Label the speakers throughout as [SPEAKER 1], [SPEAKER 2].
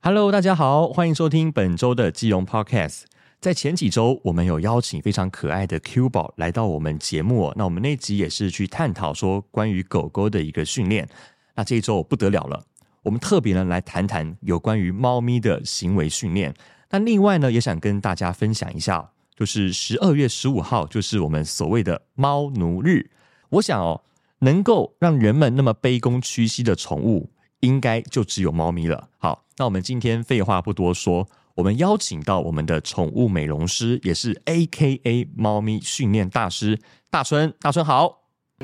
[SPEAKER 1] Hello，大家好，欢迎收听本周的基隆 Podcast。在前几周，我们有邀请非常可爱的 Q 宝来到我们节目、哦，那我们那集也是去探讨说关于狗狗的一个训练。那这一周不得了了，我们特别呢来谈谈有关于猫咪的行为训练。那另外呢，也想跟大家分享一下哦，就是十二月十五号，就是我们所谓的猫奴日。我想哦，能够让人们那么卑躬屈膝的宠物，应该就只有猫咪了。好，那我们今天废话不多说，我们邀请到我们的宠物美容师，也是 A K A 猫咪训练大师大春。大春好。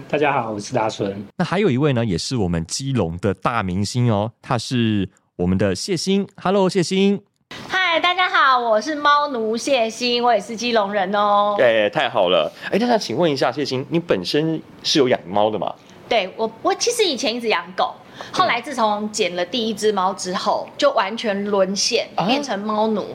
[SPEAKER 2] 大家好，我是大春。
[SPEAKER 1] 那还有一位呢，也是我们基隆的大明星哦，他是我们的谢欣。Hello，谢欣。
[SPEAKER 3] 嗨，大家好，我是猫奴谢欣，我也是基隆人哦。
[SPEAKER 1] 哎、太好了！哎、大家请问一下，谢欣，你本身是有养猫的吗？
[SPEAKER 3] 对我，我其实以前一直养狗，后来自从捡了第一只猫之后，就完全沦陷
[SPEAKER 1] 啊，
[SPEAKER 3] 变成猫奴，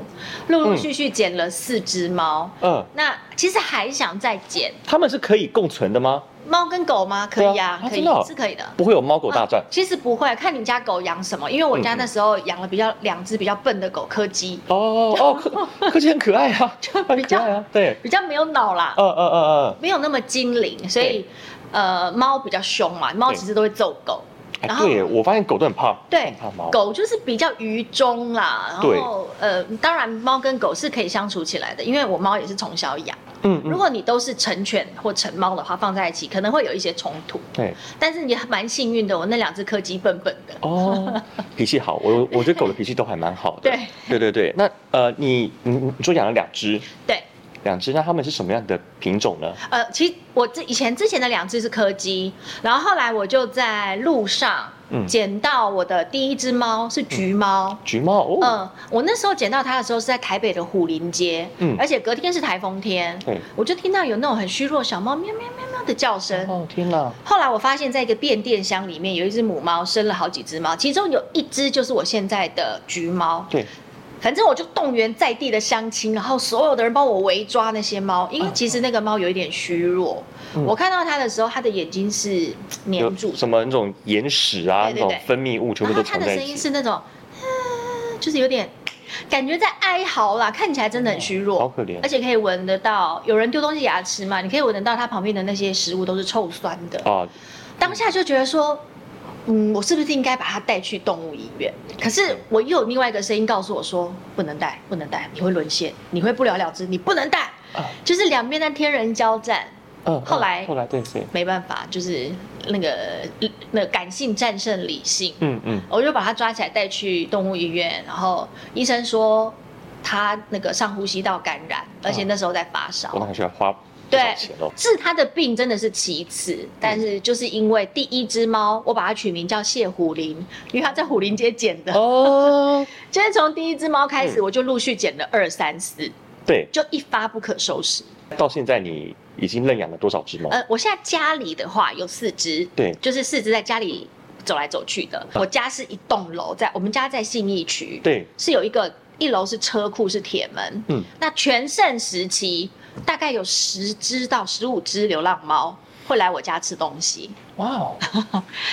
[SPEAKER 3] 陆陆续续捡了四只猫。
[SPEAKER 1] 嗯，
[SPEAKER 3] 那其实还想再捡
[SPEAKER 1] 他们是可以共存的吗？
[SPEAKER 3] 猫跟狗吗？可以啊
[SPEAKER 1] 对啊，啊
[SPEAKER 3] 可
[SPEAKER 1] 真
[SPEAKER 3] 以
[SPEAKER 1] 的哦，
[SPEAKER 3] 是可以的。
[SPEAKER 1] 不会有猫狗大战嗯
[SPEAKER 3] 啊。其实不会，看你家狗养什么。因为我家那时候养了比较两只比较笨的狗，柯基，
[SPEAKER 1] 哦哦，柯柯基很可爱啊，很
[SPEAKER 3] 比
[SPEAKER 1] 可
[SPEAKER 3] 较
[SPEAKER 1] 爱啊，对，
[SPEAKER 3] 比较没有脑啦，
[SPEAKER 1] 嗯嗯嗯嗯，
[SPEAKER 3] 没有那么精灵，所以呃，猫比较凶嘛，猫其实都会揍狗。然
[SPEAKER 1] 哎，
[SPEAKER 3] 后
[SPEAKER 1] 对耶，我发现狗都很怕，
[SPEAKER 3] 对
[SPEAKER 1] 很怕猫。
[SPEAKER 3] 狗就是比较愚忠啦，然
[SPEAKER 1] 对
[SPEAKER 3] 后呃，当然猫跟狗是可以相处起来的，因为我猫也是从小养。
[SPEAKER 1] 嗯
[SPEAKER 3] 如，果你都是成犬或成猫的话，放在一起可能会有一些冲突。
[SPEAKER 1] 对，
[SPEAKER 3] 但是你还蛮幸运的，我那两只柯基笨笨的。
[SPEAKER 1] 哦，脾气好，我我觉得狗的脾气都还蛮好的。
[SPEAKER 3] 对
[SPEAKER 1] 对对对，那呃，你你你说养了两只，
[SPEAKER 3] 对，
[SPEAKER 1] 两只，那它们是什么样的品种呢？
[SPEAKER 3] 呃，其实我之以前之前的两只是柯基，然后后来我就在路上
[SPEAKER 1] 嗯
[SPEAKER 3] 捡到我的第一只猫是橘猫。
[SPEAKER 1] 橘猫哦，
[SPEAKER 3] 嗯，我那时候捡到它的时候是在台北的虎林街，
[SPEAKER 1] 嗯哦
[SPEAKER 3] 而且隔天是台风天，
[SPEAKER 1] 对，
[SPEAKER 3] 我就听到有那种很虚弱的小猫喵喵喵喵的叫声。
[SPEAKER 1] 哦天哪，
[SPEAKER 3] 后来我发现，在一个变电箱里面有一只母猫生了好几只猫，其中有一只就是我现在的橘猫。
[SPEAKER 1] 对，
[SPEAKER 3] 反正我就动员在地的乡亲，然后所有的人帮我围抓那些猫，因为其实那个猫有一点虚弱。
[SPEAKER 1] 嗯
[SPEAKER 3] 我看到它的时候，它的眼睛是
[SPEAKER 1] 有
[SPEAKER 3] 黏住的，
[SPEAKER 1] 什么那种眼屎啊，那
[SPEAKER 3] 对对
[SPEAKER 1] 种
[SPEAKER 3] 对
[SPEAKER 1] 分泌物全部都
[SPEAKER 3] 然后它
[SPEAKER 1] 存
[SPEAKER 3] 的
[SPEAKER 1] 在
[SPEAKER 3] 声
[SPEAKER 1] 一
[SPEAKER 3] 音
[SPEAKER 1] 起，
[SPEAKER 3] 是那种，啊就是有点感觉在哀嚎啦，看起来真的很虚弱，
[SPEAKER 1] 嗯好可怜
[SPEAKER 3] 而。且可以闻得到有人丢东西给它吃嘛，你可以闻得到它旁边的那些食物都是臭酸的。
[SPEAKER 1] 啊，
[SPEAKER 3] 当下就觉得说，嗯，我是不是应该把它带去动物医院？可是我又有另外一个声音告诉我说，不能带，不能带，你会沦陷，你会不了了之，你不能带
[SPEAKER 1] 啊。
[SPEAKER 3] 就是两边在天人交战，
[SPEAKER 1] 嗯，
[SPEAKER 3] 后
[SPEAKER 1] 嗯
[SPEAKER 3] 来
[SPEAKER 1] 后来对对，
[SPEAKER 3] 没办法，就是那个那个感性战胜理性。
[SPEAKER 1] 嗯嗯，
[SPEAKER 3] 我就把它抓起来带去动物医院，然后医生说它那个上呼吸道感染，而且那时候在发烧。
[SPEAKER 1] 我那还是要花不少
[SPEAKER 3] 对
[SPEAKER 1] 钱哦，
[SPEAKER 3] 治它的病真的是其次，但是就是因为第一只猫，我把它取名叫谢虎林，因为它在虎林街捡的。
[SPEAKER 1] 哦，
[SPEAKER 3] 今天从第一只猫开始，
[SPEAKER 1] 嗯
[SPEAKER 3] 我就陆续捡了二三四，
[SPEAKER 1] 对，
[SPEAKER 3] 就一发不可收拾。
[SPEAKER 1] 到现在你已经认养了多少只猫？
[SPEAKER 3] 呃，我现在家里的话有四只，
[SPEAKER 1] 对嗯
[SPEAKER 3] 就是四只在家里走来走去的。我家是一栋楼，在我们家在信义区，
[SPEAKER 1] 对，
[SPEAKER 3] 是有一个一楼是车库是铁门，
[SPEAKER 1] 嗯
[SPEAKER 3] 嗯，那全盛时期大概有十只到十五只流浪猫会来我家吃东西，
[SPEAKER 1] 哇哦，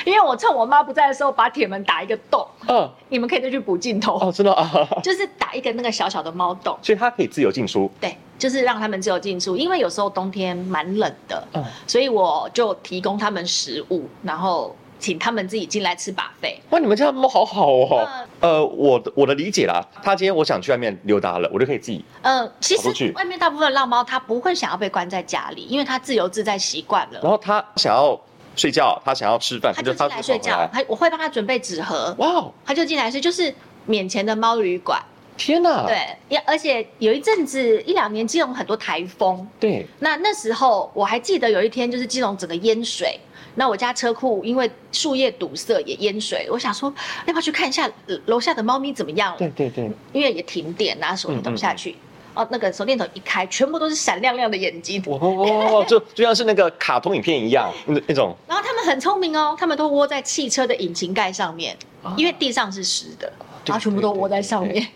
[SPEAKER 3] 因为我趁我妈不在的时候把铁门打一个洞，
[SPEAKER 1] 嗯，
[SPEAKER 3] 你们可以再去补镜头，
[SPEAKER 1] 哦，真的啊，
[SPEAKER 3] 就是打一个那个小小的猫洞，
[SPEAKER 1] 所以它可以自由进出，
[SPEAKER 3] 对，就是让他们自由进出，因为有时候冬天蛮冷的，
[SPEAKER 1] 嗯，
[SPEAKER 3] 所以我就提供他们食物，然后请他们自己进来吃把费。
[SPEAKER 1] 哇，你们家的猫好好哦
[SPEAKER 3] 嗯。
[SPEAKER 1] 呃，我的我的理解啦，它今天我想去外面溜达了，我就可以自己，
[SPEAKER 3] 嗯，其
[SPEAKER 1] 跑出去
[SPEAKER 3] 实外面大部分浪猫它不会想要被关在家里，因为它自由自在习惯了
[SPEAKER 1] 然。后它想要睡觉，啊它想要吃饭，
[SPEAKER 3] 嗯他就进来睡
[SPEAKER 1] 跑
[SPEAKER 3] 觉，
[SPEAKER 1] 回来
[SPEAKER 3] 他我会帮他准备纸盒，
[SPEAKER 1] 哇哦，
[SPEAKER 3] 他就进来睡，就是免钱的猫旅馆。
[SPEAKER 1] 天哪！
[SPEAKER 3] 对，也而且有一阵子一两年，基隆很多台风，
[SPEAKER 1] 对
[SPEAKER 3] 那那时候我还记得有一天，就是基隆整个淹水。那我家车库因为树叶堵塞也淹水，我想说要不要去看一下呃楼下的猫咪怎么样了？
[SPEAKER 1] 对对嗯对，
[SPEAKER 3] 因为也停电，啊拿手电筒下去，哦，那个手电筒一开，全部都是闪亮亮的眼睛。
[SPEAKER 1] 哇哦，就 就像是那个卡通影片一样，那那种
[SPEAKER 3] 然后他们很聪明哦，他们都窝在汽车的引擎盖上面，因为地上是湿的，
[SPEAKER 1] 哦对
[SPEAKER 3] 然后全部都窝在上
[SPEAKER 1] 对
[SPEAKER 3] 面，
[SPEAKER 2] 哦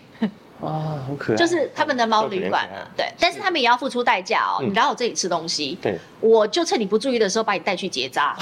[SPEAKER 1] 啊，好可爱。
[SPEAKER 3] 就是他们的猫旅馆
[SPEAKER 1] 特别可
[SPEAKER 3] 啊
[SPEAKER 1] 爱。
[SPEAKER 3] 对，但是他们也要付出代价哦。
[SPEAKER 1] 嗯
[SPEAKER 3] 你来我这里吃东西，
[SPEAKER 1] 对，
[SPEAKER 3] 我就趁你不注意的时候把你带去结扎。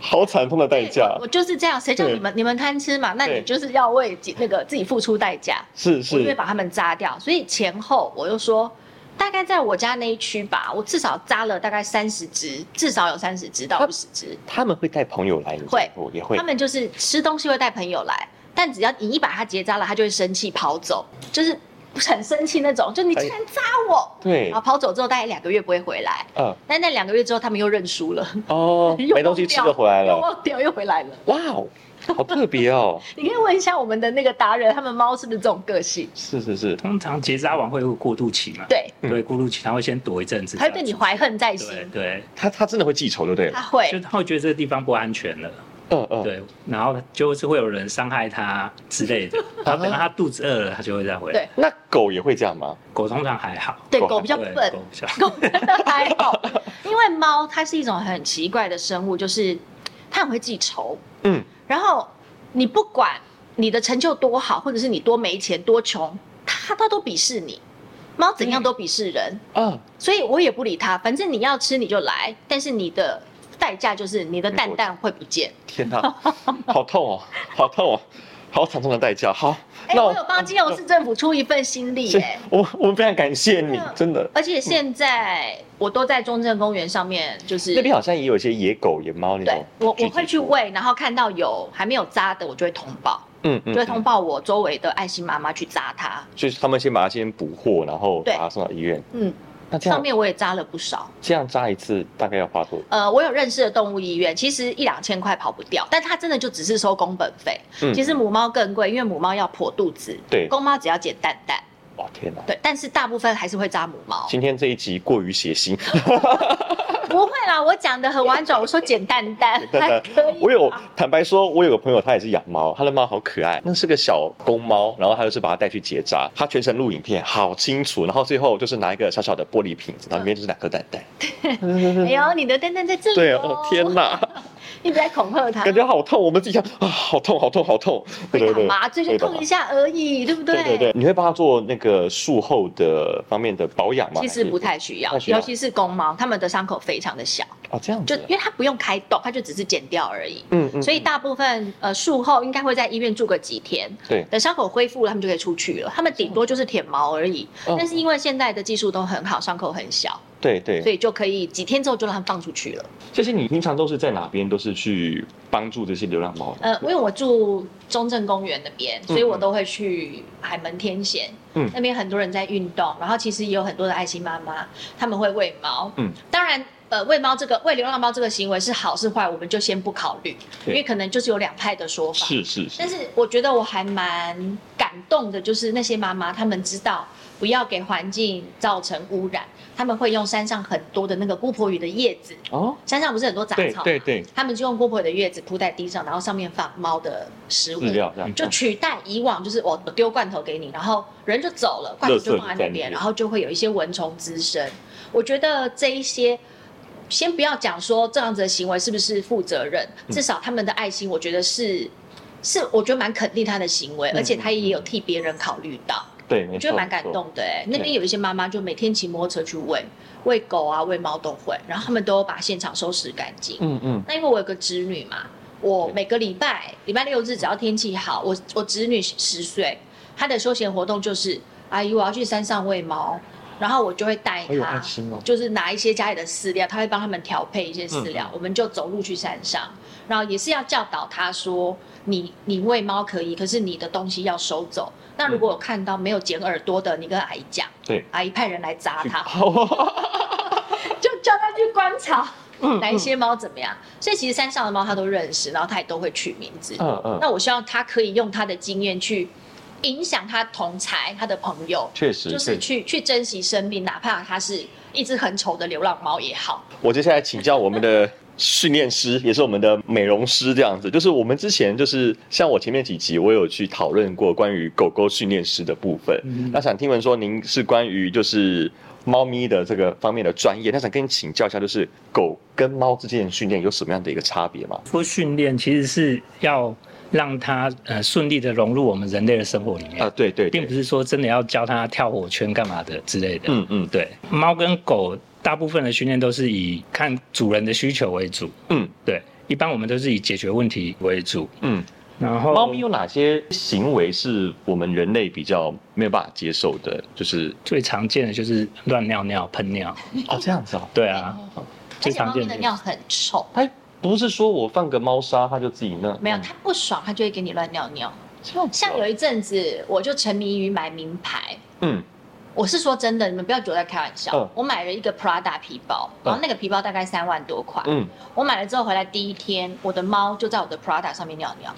[SPEAKER 1] 好惨痛的代价
[SPEAKER 3] 我，我就是这样，谁叫
[SPEAKER 1] 对
[SPEAKER 3] 你们你们贪吃嘛？那你
[SPEAKER 1] 对
[SPEAKER 3] 就是要为己那个自己付出代价，
[SPEAKER 1] 是
[SPEAKER 3] 我就会
[SPEAKER 1] 是，
[SPEAKER 3] 把他们扎掉。所以前后我又说，大概在我家那一区吧，我至少扎了大概三十只，至少有三十只到
[SPEAKER 1] 他
[SPEAKER 3] 五十只。
[SPEAKER 1] 他们会带朋友来，你
[SPEAKER 3] 会
[SPEAKER 1] 我也会
[SPEAKER 3] 他，们就是吃东西会带朋友来，但只要你一把它结扎了，它就会生气跑走，就是很生气那种，就
[SPEAKER 1] 哎
[SPEAKER 3] 你竟然扎我，
[SPEAKER 1] 对
[SPEAKER 3] 然后，跑走之后大概两个月不会回来，
[SPEAKER 1] 嗯，
[SPEAKER 3] 但那两个月之后他们又认输了，
[SPEAKER 1] 哦
[SPEAKER 3] 又，
[SPEAKER 1] 没东西吃就回来
[SPEAKER 3] 又
[SPEAKER 1] 了，
[SPEAKER 3] 忘掉又回来了。
[SPEAKER 1] 哇哦，好特别哦，
[SPEAKER 3] 你可以问一下我们的那个达人，他们猫是不是这种个性？
[SPEAKER 1] 是是是，
[SPEAKER 2] 通常结扎完会有过渡期嘛？
[SPEAKER 3] 对，
[SPEAKER 1] 嗯
[SPEAKER 2] 对，过渡期他会先躲一阵子，
[SPEAKER 3] 还会对你怀恨在
[SPEAKER 2] 这样
[SPEAKER 3] 心
[SPEAKER 2] 子。，对
[SPEAKER 1] 他他真的会记仇，对不对
[SPEAKER 3] 他
[SPEAKER 1] 了？
[SPEAKER 3] 会
[SPEAKER 2] 对，就他会觉得这个地方不安全了，
[SPEAKER 1] 嗯嗯，
[SPEAKER 2] 对，然后就是会有人伤害他之 类的，然后等到他肚子饿了，他就会再回来
[SPEAKER 3] 对。
[SPEAKER 1] 那狗也会这样吗？
[SPEAKER 2] 狗通常还好，
[SPEAKER 3] 对
[SPEAKER 1] 狗
[SPEAKER 3] 狗比较
[SPEAKER 2] 对
[SPEAKER 3] 笨
[SPEAKER 2] 狗，比较
[SPEAKER 3] 狗 真的还好，因为猫它是一种很奇怪的生物，就是它很会记仇。
[SPEAKER 1] 嗯，
[SPEAKER 3] 然后你不管你的成就多好，或者是你多没钱多穷，它它都鄙视你。猫怎样都鄙视人，
[SPEAKER 1] 啊，
[SPEAKER 3] 所以我也不理它，反正你要吃你就来，但是你的代价就是你的蛋蛋会不见。
[SPEAKER 1] 天 哪，好痛哦，好痛哦，好惨痛的代价。好，
[SPEAKER 3] 哎、
[SPEAKER 1] 那
[SPEAKER 3] 我有帮基隆市政府出一份心力、
[SPEAKER 1] 是
[SPEAKER 3] 哎。
[SPEAKER 1] 我我们非常感谢你
[SPEAKER 3] 真的，
[SPEAKER 1] 真的。
[SPEAKER 3] 而且现在我都在中正公园上面，就是
[SPEAKER 1] 那边好像也有一些野狗、野猫那
[SPEAKER 3] 对
[SPEAKER 1] 种。
[SPEAKER 3] 我
[SPEAKER 1] 聚集
[SPEAKER 3] 我会去
[SPEAKER 1] 处，
[SPEAKER 3] 喂，然后看到有还没有扎的，我就会通报，
[SPEAKER 1] 嗯
[SPEAKER 3] 就
[SPEAKER 1] 嗯
[SPEAKER 3] 会
[SPEAKER 1] 嗯，
[SPEAKER 3] 通报我周围的爱心妈妈去扎它。
[SPEAKER 1] 所以他们先把它先捕获，然后
[SPEAKER 3] 对
[SPEAKER 1] 把它送到医院。
[SPEAKER 3] 嗯，
[SPEAKER 1] 那这
[SPEAKER 3] 上
[SPEAKER 1] 样
[SPEAKER 3] 面我也扎了不少。
[SPEAKER 1] 这样扎一次大概要花多？
[SPEAKER 3] 呃，我有认识的动物医院，其实一两千块跑不掉，但它真的就只是收工本费。
[SPEAKER 1] 嗯
[SPEAKER 3] 其实母猫更贵，因为母猫要破肚子，
[SPEAKER 1] 对
[SPEAKER 3] 公猫只要捡蛋蛋。
[SPEAKER 1] 哇天哪！
[SPEAKER 3] 对，但是大部分还是会扎母猫。
[SPEAKER 1] 今天这一集过于血腥，
[SPEAKER 3] 不会啦，我讲的很婉转，我说捡蛋 蛋
[SPEAKER 1] 蛋
[SPEAKER 3] 还
[SPEAKER 1] 蛋
[SPEAKER 3] 可以。
[SPEAKER 1] 我有坦白说，我有个朋友他也是养猫，他的猫好可爱，那是个小公猫，然后他就是把它带去结扎，他全程录影片，好清楚，然后最后就是拿一个小小的玻璃瓶子，然后里面就是两颗蛋蛋。
[SPEAKER 3] 哎呦，你的蛋蛋在这 里、
[SPEAKER 1] 对哦，天哪，
[SPEAKER 3] 一直在恐吓他，
[SPEAKER 1] 感觉好痛，我们自己看啊，好痛，好痛，好痛。对
[SPEAKER 3] 会
[SPEAKER 1] 对
[SPEAKER 3] 打
[SPEAKER 1] 对，
[SPEAKER 3] 麻醉就
[SPEAKER 1] 会打
[SPEAKER 3] 痛一
[SPEAKER 1] 麻
[SPEAKER 3] 下而已，对不对？
[SPEAKER 1] 对对对，你会帮他做那个术后的方面的保养吗？
[SPEAKER 3] 其实不太需要
[SPEAKER 1] 不太，需要
[SPEAKER 3] 尤其是公猫，它们的伤口非常的小，
[SPEAKER 1] 哦，这样
[SPEAKER 3] 就
[SPEAKER 1] 子
[SPEAKER 3] 因。为它不用开洞，它就只是剪掉而已。
[SPEAKER 1] 嗯嗯，
[SPEAKER 3] 所以大部分呃术后应该会在医院住个几天，
[SPEAKER 1] 对
[SPEAKER 3] 等伤口恢复了，它们就可以出去了。它们顶多就是舔毛而已，
[SPEAKER 1] 嗯
[SPEAKER 3] 但是因为现在的技术都很好，伤口很小，
[SPEAKER 1] 对对，
[SPEAKER 3] 所以就可以几天之后就让它们放出去了。
[SPEAKER 1] 这些你平常都是在哪边都是去帮助这些流浪猫的？
[SPEAKER 3] 呃，因为我住中正公园那边，所以我都会去海门天险，
[SPEAKER 1] 嗯
[SPEAKER 3] 那边很多人在运动，然后其实也有很多的爱心妈妈，他们会喂猫，
[SPEAKER 1] 嗯，
[SPEAKER 3] 当然。呃，喂猫这个喂流浪猫这个行为是好是坏，我们就先不考虑，
[SPEAKER 1] 对
[SPEAKER 3] 因为可能就是有两派的说法。
[SPEAKER 1] 是是是
[SPEAKER 3] 但，是我觉得我还蛮感动的，就是那些妈妈她们知道不要给环境造成污染，他们会用山上很多的那个姑婆芋的叶子，
[SPEAKER 1] 哦，
[SPEAKER 3] 山上不是很多杂
[SPEAKER 1] 对
[SPEAKER 3] 草吗
[SPEAKER 1] 对对，
[SPEAKER 3] 他们就用姑婆的叶子铺在地上，然后上面放猫的食物
[SPEAKER 1] 饲，料这样
[SPEAKER 3] 就取代以往就是我丢罐头给你，然后人就走了，罐头就
[SPEAKER 1] 垃圾就
[SPEAKER 3] 放在那
[SPEAKER 1] 在那
[SPEAKER 3] 边，
[SPEAKER 1] 边
[SPEAKER 3] 然后就会有一些蚊虫滋生。我觉得这一些。先不要讲说这样子的行为是不是负责任，
[SPEAKER 1] 嗯
[SPEAKER 3] 至少他们的爱心，我觉得是，是我觉得蛮肯定他的行为，而且他也有替别人考虑到，
[SPEAKER 1] 对，嗯没
[SPEAKER 3] 我
[SPEAKER 1] 错
[SPEAKER 3] 觉得蛮感。
[SPEAKER 1] 没错
[SPEAKER 3] 动的、欸。那边有一些妈妈就每天骑摩托车去喂，喂狗啊，喂猫都会，然后他们都把现场收拾干净。
[SPEAKER 1] 嗯嗯，
[SPEAKER 3] 那因为我有个侄女嘛，我
[SPEAKER 1] 对
[SPEAKER 3] 每个礼拜礼拜六日只要天气好，我我侄女十岁，她的休闲活动就是阿姨我要去山上喂猫，然后我就会带
[SPEAKER 1] 好有爱
[SPEAKER 3] 她，
[SPEAKER 1] 心哦。
[SPEAKER 3] 就是拿一些家里的饲料，她会帮他们调配一些饲料，
[SPEAKER 1] 嗯
[SPEAKER 3] 我们就走路去山上，然后也是要教导她说，你你喂猫可以，可是你的东西要收走。那如果
[SPEAKER 1] 嗯
[SPEAKER 3] 我看到没有剪耳朵的，你跟阿姨讲，
[SPEAKER 1] 对，
[SPEAKER 3] 阿姨派人来砸它。
[SPEAKER 1] 好，
[SPEAKER 3] 就叫他去观察哪一些猫怎么样。所以其实山上的猫他都认识，然后他也都会取名字。
[SPEAKER 1] 嗯嗯，
[SPEAKER 3] 那我希望他可以用他的经验去影响他同才、他的朋友，
[SPEAKER 1] 确实，确
[SPEAKER 3] 就是
[SPEAKER 1] 实。
[SPEAKER 3] 去去珍惜生命，哪怕它是一只很丑的流浪猫也好。
[SPEAKER 1] 我接下来请教我们的训练师，也是我们的美容师，这样子。就是我们之前就是像我前面几集，我有去讨论过关于狗狗训练师的部分。
[SPEAKER 2] 嗯
[SPEAKER 1] 那想听闻说您是关于就是猫咪的这个方面的专业，那想跟你请教一下，就是狗跟猫之间的训练有什么样的一个差别吗？
[SPEAKER 2] 说训练其实是要让它呃顺利的融入我们人类的生活里面，
[SPEAKER 1] 啊，对对
[SPEAKER 2] 并
[SPEAKER 1] 对，
[SPEAKER 2] 不是说真的要教它跳火圈干嘛的之类的。
[SPEAKER 1] 嗯嗯，
[SPEAKER 2] 对，猫跟狗大部分的训练都是以看主人的需求为主。
[SPEAKER 1] 嗯，
[SPEAKER 2] 对，一般我们都是以解决问题为主，
[SPEAKER 1] 嗯，
[SPEAKER 2] 然后
[SPEAKER 1] 猫咪有哪些行为是我们人类比较没有办法接受的？就是
[SPEAKER 2] 最常见的就是乱尿尿、喷尿，
[SPEAKER 3] 嗯
[SPEAKER 1] 哦，这样子哦，
[SPEAKER 2] 对啊，
[SPEAKER 3] 而
[SPEAKER 2] 最
[SPEAKER 3] 且
[SPEAKER 2] 常
[SPEAKER 3] 猫咪
[SPEAKER 2] 见
[SPEAKER 3] 的
[SPEAKER 2] 的
[SPEAKER 3] 尿很臭，
[SPEAKER 1] 它不是说我放个猫砂它就自己那
[SPEAKER 3] 没有
[SPEAKER 1] 嗯
[SPEAKER 3] 它不爽，它就会给你乱尿尿。
[SPEAKER 1] 这样子哦
[SPEAKER 3] 像有一阵子，我就沉迷于买名牌。
[SPEAKER 1] 嗯
[SPEAKER 3] 我是说真的，你们不要觉得我在开玩笑。
[SPEAKER 1] 嗯
[SPEAKER 3] 我买了一个 Prada 皮包，然后那个皮包大概三万多块。
[SPEAKER 1] 嗯，
[SPEAKER 3] 我买了之后回来第一天，我的猫就在我的 Prada 上面尿尿，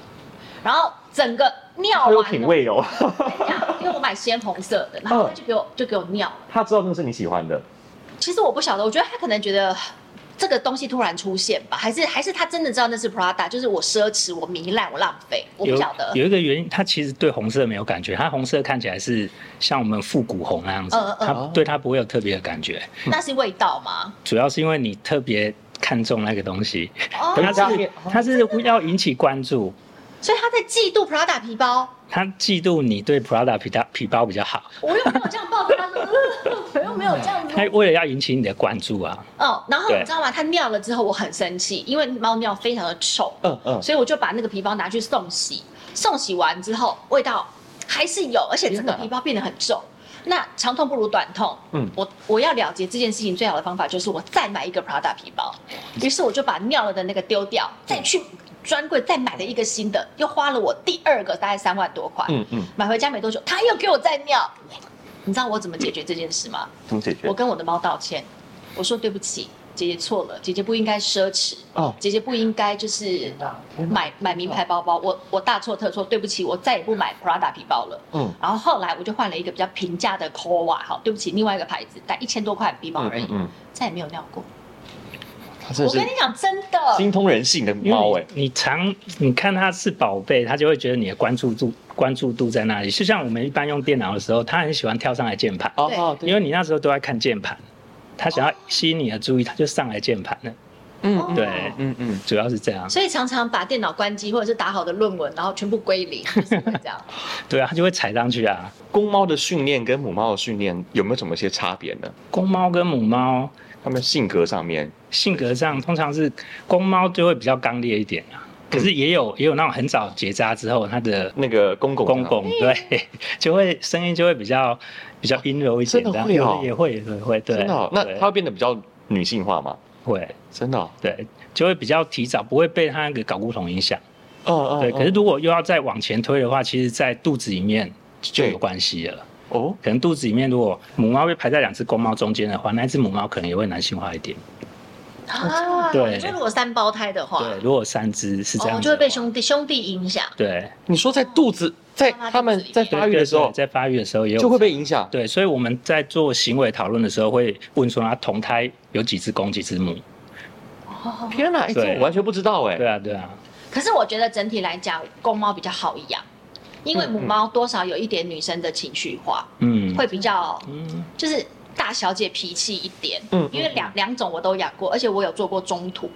[SPEAKER 3] 然后整个尿
[SPEAKER 1] 它有
[SPEAKER 3] 完
[SPEAKER 1] 品
[SPEAKER 3] 了，
[SPEAKER 1] 味哦，
[SPEAKER 3] 因为我买鲜红色的，然后它就给我就给我尿了。
[SPEAKER 1] 它知道那是你喜欢的，
[SPEAKER 3] 其实我不晓得，我觉得他可能觉得。这个东西突然出现吧，还是还是他真的知道那是 Prada，就是我奢侈，我糜烂，我浪费，我不
[SPEAKER 2] 有
[SPEAKER 3] 晓得。
[SPEAKER 2] 有一个原因，它其实对红色没有感觉，它红色看起来是像我们复古红那样子，
[SPEAKER 3] 嗯嗯嗯
[SPEAKER 2] 它对它不会有特别的感觉，
[SPEAKER 3] 那是味道吗？
[SPEAKER 2] 主要是因为你特别看重那个东西，
[SPEAKER 3] 哦，
[SPEAKER 2] 它
[SPEAKER 1] 家
[SPEAKER 2] 是它是要引起关注，
[SPEAKER 3] 所以他在嫉妒 Prada 皮包。
[SPEAKER 2] 它嫉妒你对 Prada 皮包皮包比较好，
[SPEAKER 3] 我又没有这样抱着他说，呃 我又没有这样子。
[SPEAKER 2] 它为了要引起你的关注啊，
[SPEAKER 3] 哦，然后
[SPEAKER 2] 哎对
[SPEAKER 3] 你知道吗？他尿了之后，我很生气，因为猫尿非常的臭，
[SPEAKER 1] 嗯嗯，
[SPEAKER 3] 所以我就把那个皮包拿去送洗。送洗完之后，味道还是有，而且整个皮包变得很重。那长痛不如短痛，
[SPEAKER 1] 啊嗯
[SPEAKER 3] 嗯，我我要了结这件事情最好的方法就是我再买一个 Prada 皮包。
[SPEAKER 1] 嗯
[SPEAKER 3] 于是我就把尿了的那个丢掉，再去专柜再买了一个新的，又花了我第二个大概三万多块。
[SPEAKER 1] 嗯嗯，
[SPEAKER 3] 买回家没多久，他又给我再尿。你知道我怎么解决这件事吗？
[SPEAKER 1] 怎么解决
[SPEAKER 3] 我？跟我的猫道歉，我说对不起，姐姐错了，姐姐不应该奢侈，
[SPEAKER 1] 哦，
[SPEAKER 3] 姐姐不应该就是买买名牌包包，我我大错特错，对不起，我再也不买 Prada 皮包了。
[SPEAKER 1] 嗯
[SPEAKER 3] 然后后来我就换了一个比较平价的 c o v a 好，对不起，另外一个牌子，但一千多块皮包
[SPEAKER 1] 嗯
[SPEAKER 3] 而已
[SPEAKER 1] 嗯，嗯，
[SPEAKER 3] 再也没有尿过。
[SPEAKER 1] 它真
[SPEAKER 3] 我
[SPEAKER 1] 的是
[SPEAKER 3] 跟你讲，真的，
[SPEAKER 1] 精通人性的
[SPEAKER 2] 因
[SPEAKER 1] 猫哎
[SPEAKER 2] 为，你你常你看它是宝贝，它就会觉得你的关注度关注度在那里，就像我们一般用电脑的时候，它很喜欢跳上来键盘。
[SPEAKER 1] 哦
[SPEAKER 3] 对
[SPEAKER 1] 哦，
[SPEAKER 2] 因为你那时候都在看键盘，他想要吸引你的注意，他就上来键盘了。
[SPEAKER 1] 嗯
[SPEAKER 3] 哦
[SPEAKER 1] 嗯
[SPEAKER 2] 对，
[SPEAKER 1] 嗯嗯，
[SPEAKER 2] 主要是这样。
[SPEAKER 3] 所以常常把电脑关机或者是打好的论文，然后全部归零，就是会这样。
[SPEAKER 2] 对啊，他就会踩上去啊。
[SPEAKER 1] 公猫的训练跟母猫的训练有没有什么些差别呢？
[SPEAKER 2] 公猫跟母猫
[SPEAKER 1] 它们性格上面，
[SPEAKER 2] 性格上通常是公猫就会比较刚烈一点啊，可是也有也有那种很早结扎之后，它的
[SPEAKER 1] 那个公公
[SPEAKER 2] 公
[SPEAKER 3] 嗯
[SPEAKER 2] 公对就会声音就会比较比较阴柔一
[SPEAKER 1] 真
[SPEAKER 2] 点，
[SPEAKER 1] 的
[SPEAKER 2] 这样
[SPEAKER 1] 会哦
[SPEAKER 2] 有的也会也会会对，
[SPEAKER 1] 真的哦、
[SPEAKER 2] 对
[SPEAKER 1] 那它会变得比较女性化吗？
[SPEAKER 2] 会
[SPEAKER 1] 真的哦，
[SPEAKER 2] 对就会比较提早，不会被它那个睾固酮影响。
[SPEAKER 1] 嗯嗯，
[SPEAKER 2] 对，
[SPEAKER 1] 嗯
[SPEAKER 2] 可是如果又要再往前推的话，其实，在肚子里面就
[SPEAKER 1] 对
[SPEAKER 2] 有关系了。
[SPEAKER 1] 哦，
[SPEAKER 2] 可能肚子里面如果母猫被排在两只公猫中间的话，那一只母猫可能也会男性化一点。
[SPEAKER 3] 啊，
[SPEAKER 2] 对
[SPEAKER 3] 你说如果三胞胎的话，
[SPEAKER 2] 对，如果三只是这样子的话、
[SPEAKER 3] 哦，就会被兄弟兄弟影响。
[SPEAKER 2] 对
[SPEAKER 1] 你说在肚子，在
[SPEAKER 3] 妈妈肚子
[SPEAKER 1] 它们在
[SPEAKER 3] 里面
[SPEAKER 1] 发育的时
[SPEAKER 2] 对对
[SPEAKER 1] 候
[SPEAKER 2] 在发育的时候也有
[SPEAKER 1] 就会被影响，
[SPEAKER 2] 对，所以我们在做行为讨论的时候会问说，它同胎有几只公几只母？
[SPEAKER 3] 哦，
[SPEAKER 1] 天哪，哎，这
[SPEAKER 2] 对
[SPEAKER 1] 我完全不知道哎
[SPEAKER 2] 对，啊，对啊，
[SPEAKER 3] 可是我觉得整体来讲，公猫比较好养，因为母猫多少有一点女生的情绪化，
[SPEAKER 2] 嗯，
[SPEAKER 3] 会比较
[SPEAKER 2] 嗯，
[SPEAKER 3] 就是大小姐脾气一点。
[SPEAKER 1] 嗯
[SPEAKER 3] 因为两两种我都养过，而且我有做过中途，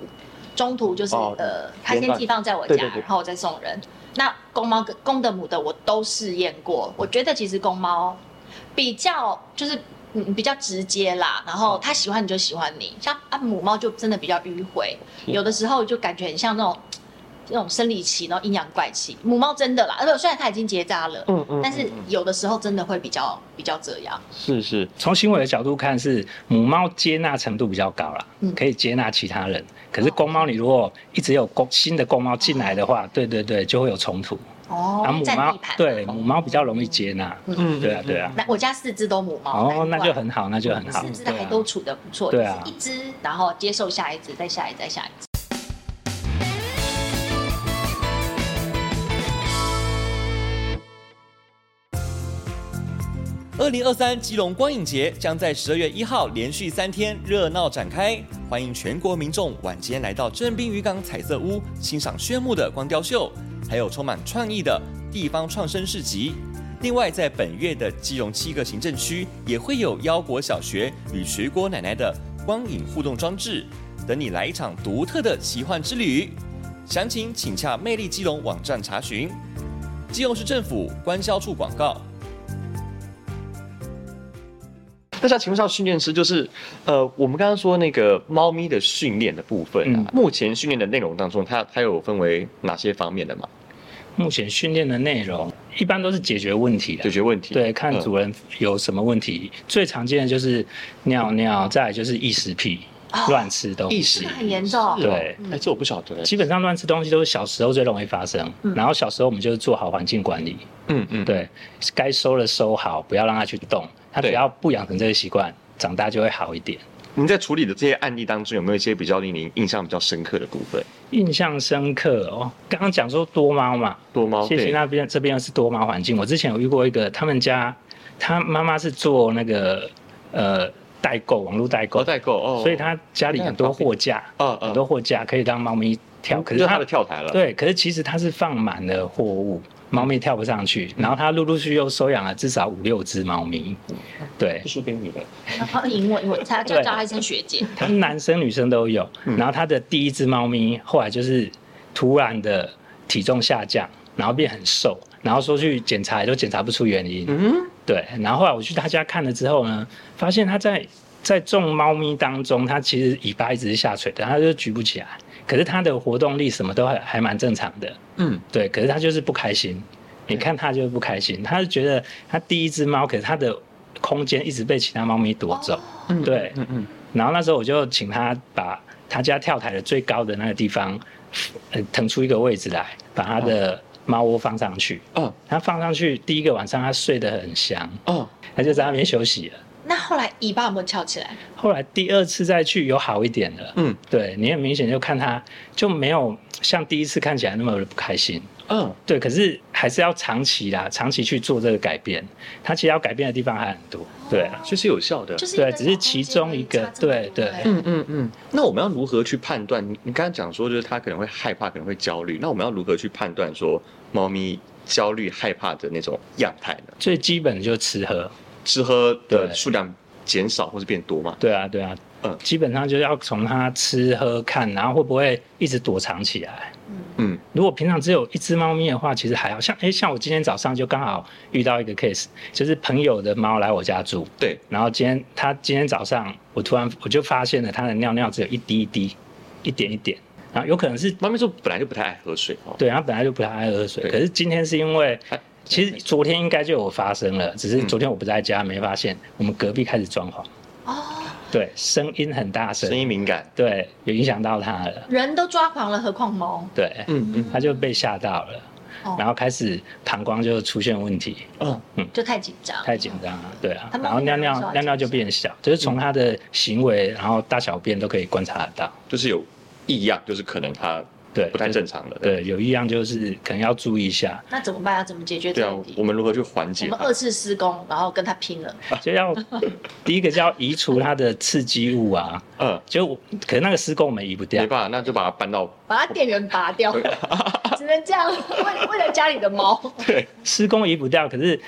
[SPEAKER 3] 中途就是、
[SPEAKER 1] 哦
[SPEAKER 3] 呃，它
[SPEAKER 1] 连
[SPEAKER 3] 先
[SPEAKER 1] 段
[SPEAKER 3] 寄放在我家，
[SPEAKER 1] 对对对
[SPEAKER 3] 然后我再送人。那公猫跟公的母的我都试验过，我觉得其实公猫比较就是。嗯，比较直接啦，然后它喜欢你就喜欢你，像啊母猫就真的比较迂回，
[SPEAKER 1] 嗯
[SPEAKER 3] 有的时候就感觉很像那种那种生理期，然后阴阳怪气。母猫真的啦，而且虽然它已经结扎了，
[SPEAKER 1] 嗯嗯
[SPEAKER 3] 但是
[SPEAKER 1] 嗯嗯
[SPEAKER 3] 有的时候真的会比较比较这样。
[SPEAKER 1] 是是，
[SPEAKER 2] 从行为的角度看是母猫接纳程度比较高啦，
[SPEAKER 3] 嗯哦
[SPEAKER 2] 可以接纳其他人。可是公猫你如果一直有公新的公猫进来的话，对对对，就会有冲突。
[SPEAKER 3] 哦
[SPEAKER 2] 啊然后母
[SPEAKER 3] 占
[SPEAKER 2] 猫
[SPEAKER 3] 地盘。哦
[SPEAKER 2] 对
[SPEAKER 1] 哦
[SPEAKER 2] 母猫比较容易接纳，
[SPEAKER 1] 嗯
[SPEAKER 2] 对啊对啊。
[SPEAKER 3] 那我家四只都母猫。
[SPEAKER 2] 哦，
[SPEAKER 3] 难
[SPEAKER 2] 那
[SPEAKER 3] 怪嗯
[SPEAKER 2] 就很好，那就很好。
[SPEAKER 3] 四只
[SPEAKER 2] 对啊
[SPEAKER 3] 还都处得不错，
[SPEAKER 2] 对啊
[SPEAKER 3] 就是一只，然后接受下一只，再下一只，再下一只。
[SPEAKER 4] 二零二三基隆光影节将在十二月一号连续三天热闹展开，欢迎全国民众晚间来到正滨渔港彩色屋欣赏炫目的光雕秀，还有充满创意的地方创生市集。另外，在本月的基隆七个行政区也会有腰果小学与水果奶奶的光影互动装置，等你来一场独特的奇幻之旅。详情请洽魅力基隆网站查询。基隆市政府关销处广告。
[SPEAKER 1] 那想请问一下训练师，就是呃，我们刚刚说那个猫咪的训练的部分啊，
[SPEAKER 2] 嗯
[SPEAKER 1] 目前训练的内容当中，它它有分为哪些方面的嘛？
[SPEAKER 2] 目前训练的内容一般都是解决问题的
[SPEAKER 1] 解，决问题，
[SPEAKER 2] 对，看
[SPEAKER 1] 嗯
[SPEAKER 2] 主人有什么问题，最常见的就是尿尿，再来就是异食癖，
[SPEAKER 3] 哦
[SPEAKER 2] 乱吃东
[SPEAKER 1] 意
[SPEAKER 3] 这
[SPEAKER 1] 识
[SPEAKER 2] 西
[SPEAKER 3] 个。很严重嗯
[SPEAKER 1] 是哦
[SPEAKER 2] 对
[SPEAKER 1] 哎、这我不晓得、
[SPEAKER 2] 基本上乱吃东西都是小时候最容易发生，
[SPEAKER 3] 嗯
[SPEAKER 2] 然后小时候我们就是做好环境管理，
[SPEAKER 1] 嗯嗯，
[SPEAKER 2] 对，该收的收好，不要让它去动，它只
[SPEAKER 1] 对
[SPEAKER 2] 要不养成这个习惯，长大就会好一点。
[SPEAKER 1] 您在处理的这些案例当中，有没有一些比较令您印象比较深刻的部分？
[SPEAKER 2] 印象深刻哦，刚刚讲说多猫嘛，
[SPEAKER 1] 多猫
[SPEAKER 2] 谢谢
[SPEAKER 1] 哦对，
[SPEAKER 2] 那边这边是多毛环境。我之前有遇过一个，他们家他妈妈是做那个呃代购，网络代购，
[SPEAKER 1] 狗代购哦，
[SPEAKER 2] 所以他家里很多货架，
[SPEAKER 1] 嗯嗯
[SPEAKER 2] 很多货架可以让猫咪跳，可是
[SPEAKER 1] 它
[SPEAKER 2] 他
[SPEAKER 1] 的跳台了，，
[SPEAKER 2] 对，可是其实它是放满了货物，猫咪跳不上去，然后他陆陆续续又收养了至少五六只猫咪，对
[SPEAKER 1] 不。输给嗯你了，
[SPEAKER 3] 然后赢我，赢我，他就
[SPEAKER 2] 对啊
[SPEAKER 3] 叫他一声学姐。
[SPEAKER 2] 他男生女生都有。
[SPEAKER 1] 嗯
[SPEAKER 2] 然后他的第一只猫咪后来就是突然的体重下降，然后变很瘦，然后说去检查也都检查不出原因。
[SPEAKER 1] 嗯，
[SPEAKER 2] 对，然后后来我去他家看了之后呢，发现他在在众猫咪当中，它其实尾巴一直是下垂的，它就举不起来。可是它的活动力什么都还还蛮正常的，
[SPEAKER 1] 嗯，
[SPEAKER 2] 对。可是它就是不开心，你看它就是不开心，它就觉得它第一只猫，可是它的空间一直被其他猫咪夺
[SPEAKER 3] 哦
[SPEAKER 2] 走，
[SPEAKER 1] 嗯
[SPEAKER 2] 对。
[SPEAKER 1] 嗯嗯，
[SPEAKER 2] 然后那时候我就请他把他家跳台的最高的那个地方，呃，腾出一个位置来，把他的猫窝放上去。
[SPEAKER 1] 哦
[SPEAKER 2] 他放上去第一个晚上，他睡得很香，
[SPEAKER 1] 哦，
[SPEAKER 2] 他就在那边休息了。
[SPEAKER 3] 那后来尾巴有没有翘起来？
[SPEAKER 2] 后来第二次再去有好一点了，
[SPEAKER 1] 嗯
[SPEAKER 2] 对你很明显就看他就没有像第一次看起来那么的不开心。
[SPEAKER 1] 嗯，
[SPEAKER 2] 对，可是还是要长期啦，长期去做这个改变。他其实要改变的地方还很多，对啊。
[SPEAKER 1] 这是有效的，
[SPEAKER 3] 就是
[SPEAKER 2] 对
[SPEAKER 3] 一个
[SPEAKER 2] 只是其中一个
[SPEAKER 3] 小空间而已
[SPEAKER 2] 对
[SPEAKER 3] 差这
[SPEAKER 2] 对
[SPEAKER 3] 么多
[SPEAKER 1] 嗯
[SPEAKER 3] 哎
[SPEAKER 1] 嗯嗯，那我们要如何去判断？你你刚刚讲说，就是他可能会害怕，可能会焦虑。那我们要如何去判断说猫咪焦虑、害怕的那种样态呢？
[SPEAKER 2] 最基本的就是吃喝，
[SPEAKER 1] 吃喝的
[SPEAKER 2] 对
[SPEAKER 1] 数量减少或是变多吗？
[SPEAKER 2] 对啊，对啊，
[SPEAKER 1] 嗯
[SPEAKER 2] 基本上就是要从他吃喝看，然后会不会一直躲藏起来。
[SPEAKER 3] 嗯
[SPEAKER 1] 嗯
[SPEAKER 2] 如果平常只有一只猫咪的话，其实还好像，诶，像我今天早上就刚好遇到一个 case，就是朋友的猫来我家住，
[SPEAKER 1] 对，
[SPEAKER 2] 然后今天它今天早上我突然我就发现了它的尿尿只有一滴一滴，一点一点，然后有可能是
[SPEAKER 1] 猫咪说本来就不太爱喝水哦。
[SPEAKER 2] 对，它本来就不太爱喝水，
[SPEAKER 1] 对
[SPEAKER 2] 可是今天是因为
[SPEAKER 1] 哎
[SPEAKER 2] 其实昨天应该就有发生了，只是
[SPEAKER 1] 嗯
[SPEAKER 2] 昨天我不在家没发现，我们隔壁开始装潢，
[SPEAKER 3] 哦，
[SPEAKER 2] 对，声音很大声
[SPEAKER 1] 声，音敏感。
[SPEAKER 2] 对，有影响到它了。
[SPEAKER 3] 人都抓狂了，何况猫？
[SPEAKER 2] 对，
[SPEAKER 1] 嗯嗯
[SPEAKER 2] 他就被吓到了，
[SPEAKER 3] 哦
[SPEAKER 2] 然后开始膀胱就出现问题，
[SPEAKER 1] 嗯
[SPEAKER 3] 就太紧张，
[SPEAKER 2] 太紧张了，对啊
[SPEAKER 3] 他，慢
[SPEAKER 2] 然后
[SPEAKER 3] 慢
[SPEAKER 2] 尿
[SPEAKER 3] 慢慢
[SPEAKER 2] 尿
[SPEAKER 3] 抓
[SPEAKER 2] 尿尿就变小，就是从他的行为，然后大小便都可以观察得到，
[SPEAKER 1] 就是有异样，就是可能它
[SPEAKER 2] 对，
[SPEAKER 1] 不太
[SPEAKER 2] 就是
[SPEAKER 1] 正常了。
[SPEAKER 2] 对，有异样就是可能要注意一下，
[SPEAKER 3] 那怎么办？要怎么解决这
[SPEAKER 1] 对
[SPEAKER 3] 个
[SPEAKER 1] 啊
[SPEAKER 3] 问，题
[SPEAKER 1] 我？们如何去缓
[SPEAKER 3] 我
[SPEAKER 1] 解
[SPEAKER 3] 们
[SPEAKER 1] 它
[SPEAKER 3] 二？次施工，然后跟他拼了。
[SPEAKER 1] 啊
[SPEAKER 2] 就要第一个就要移除它的刺激物啊，
[SPEAKER 1] 嗯，
[SPEAKER 2] 就我可能那个施工我们移不掉
[SPEAKER 1] 没，办法，那就把它搬到
[SPEAKER 3] 把它电源拔掉， 只能这样。为为了家里的猫，
[SPEAKER 2] 施工移不掉，可是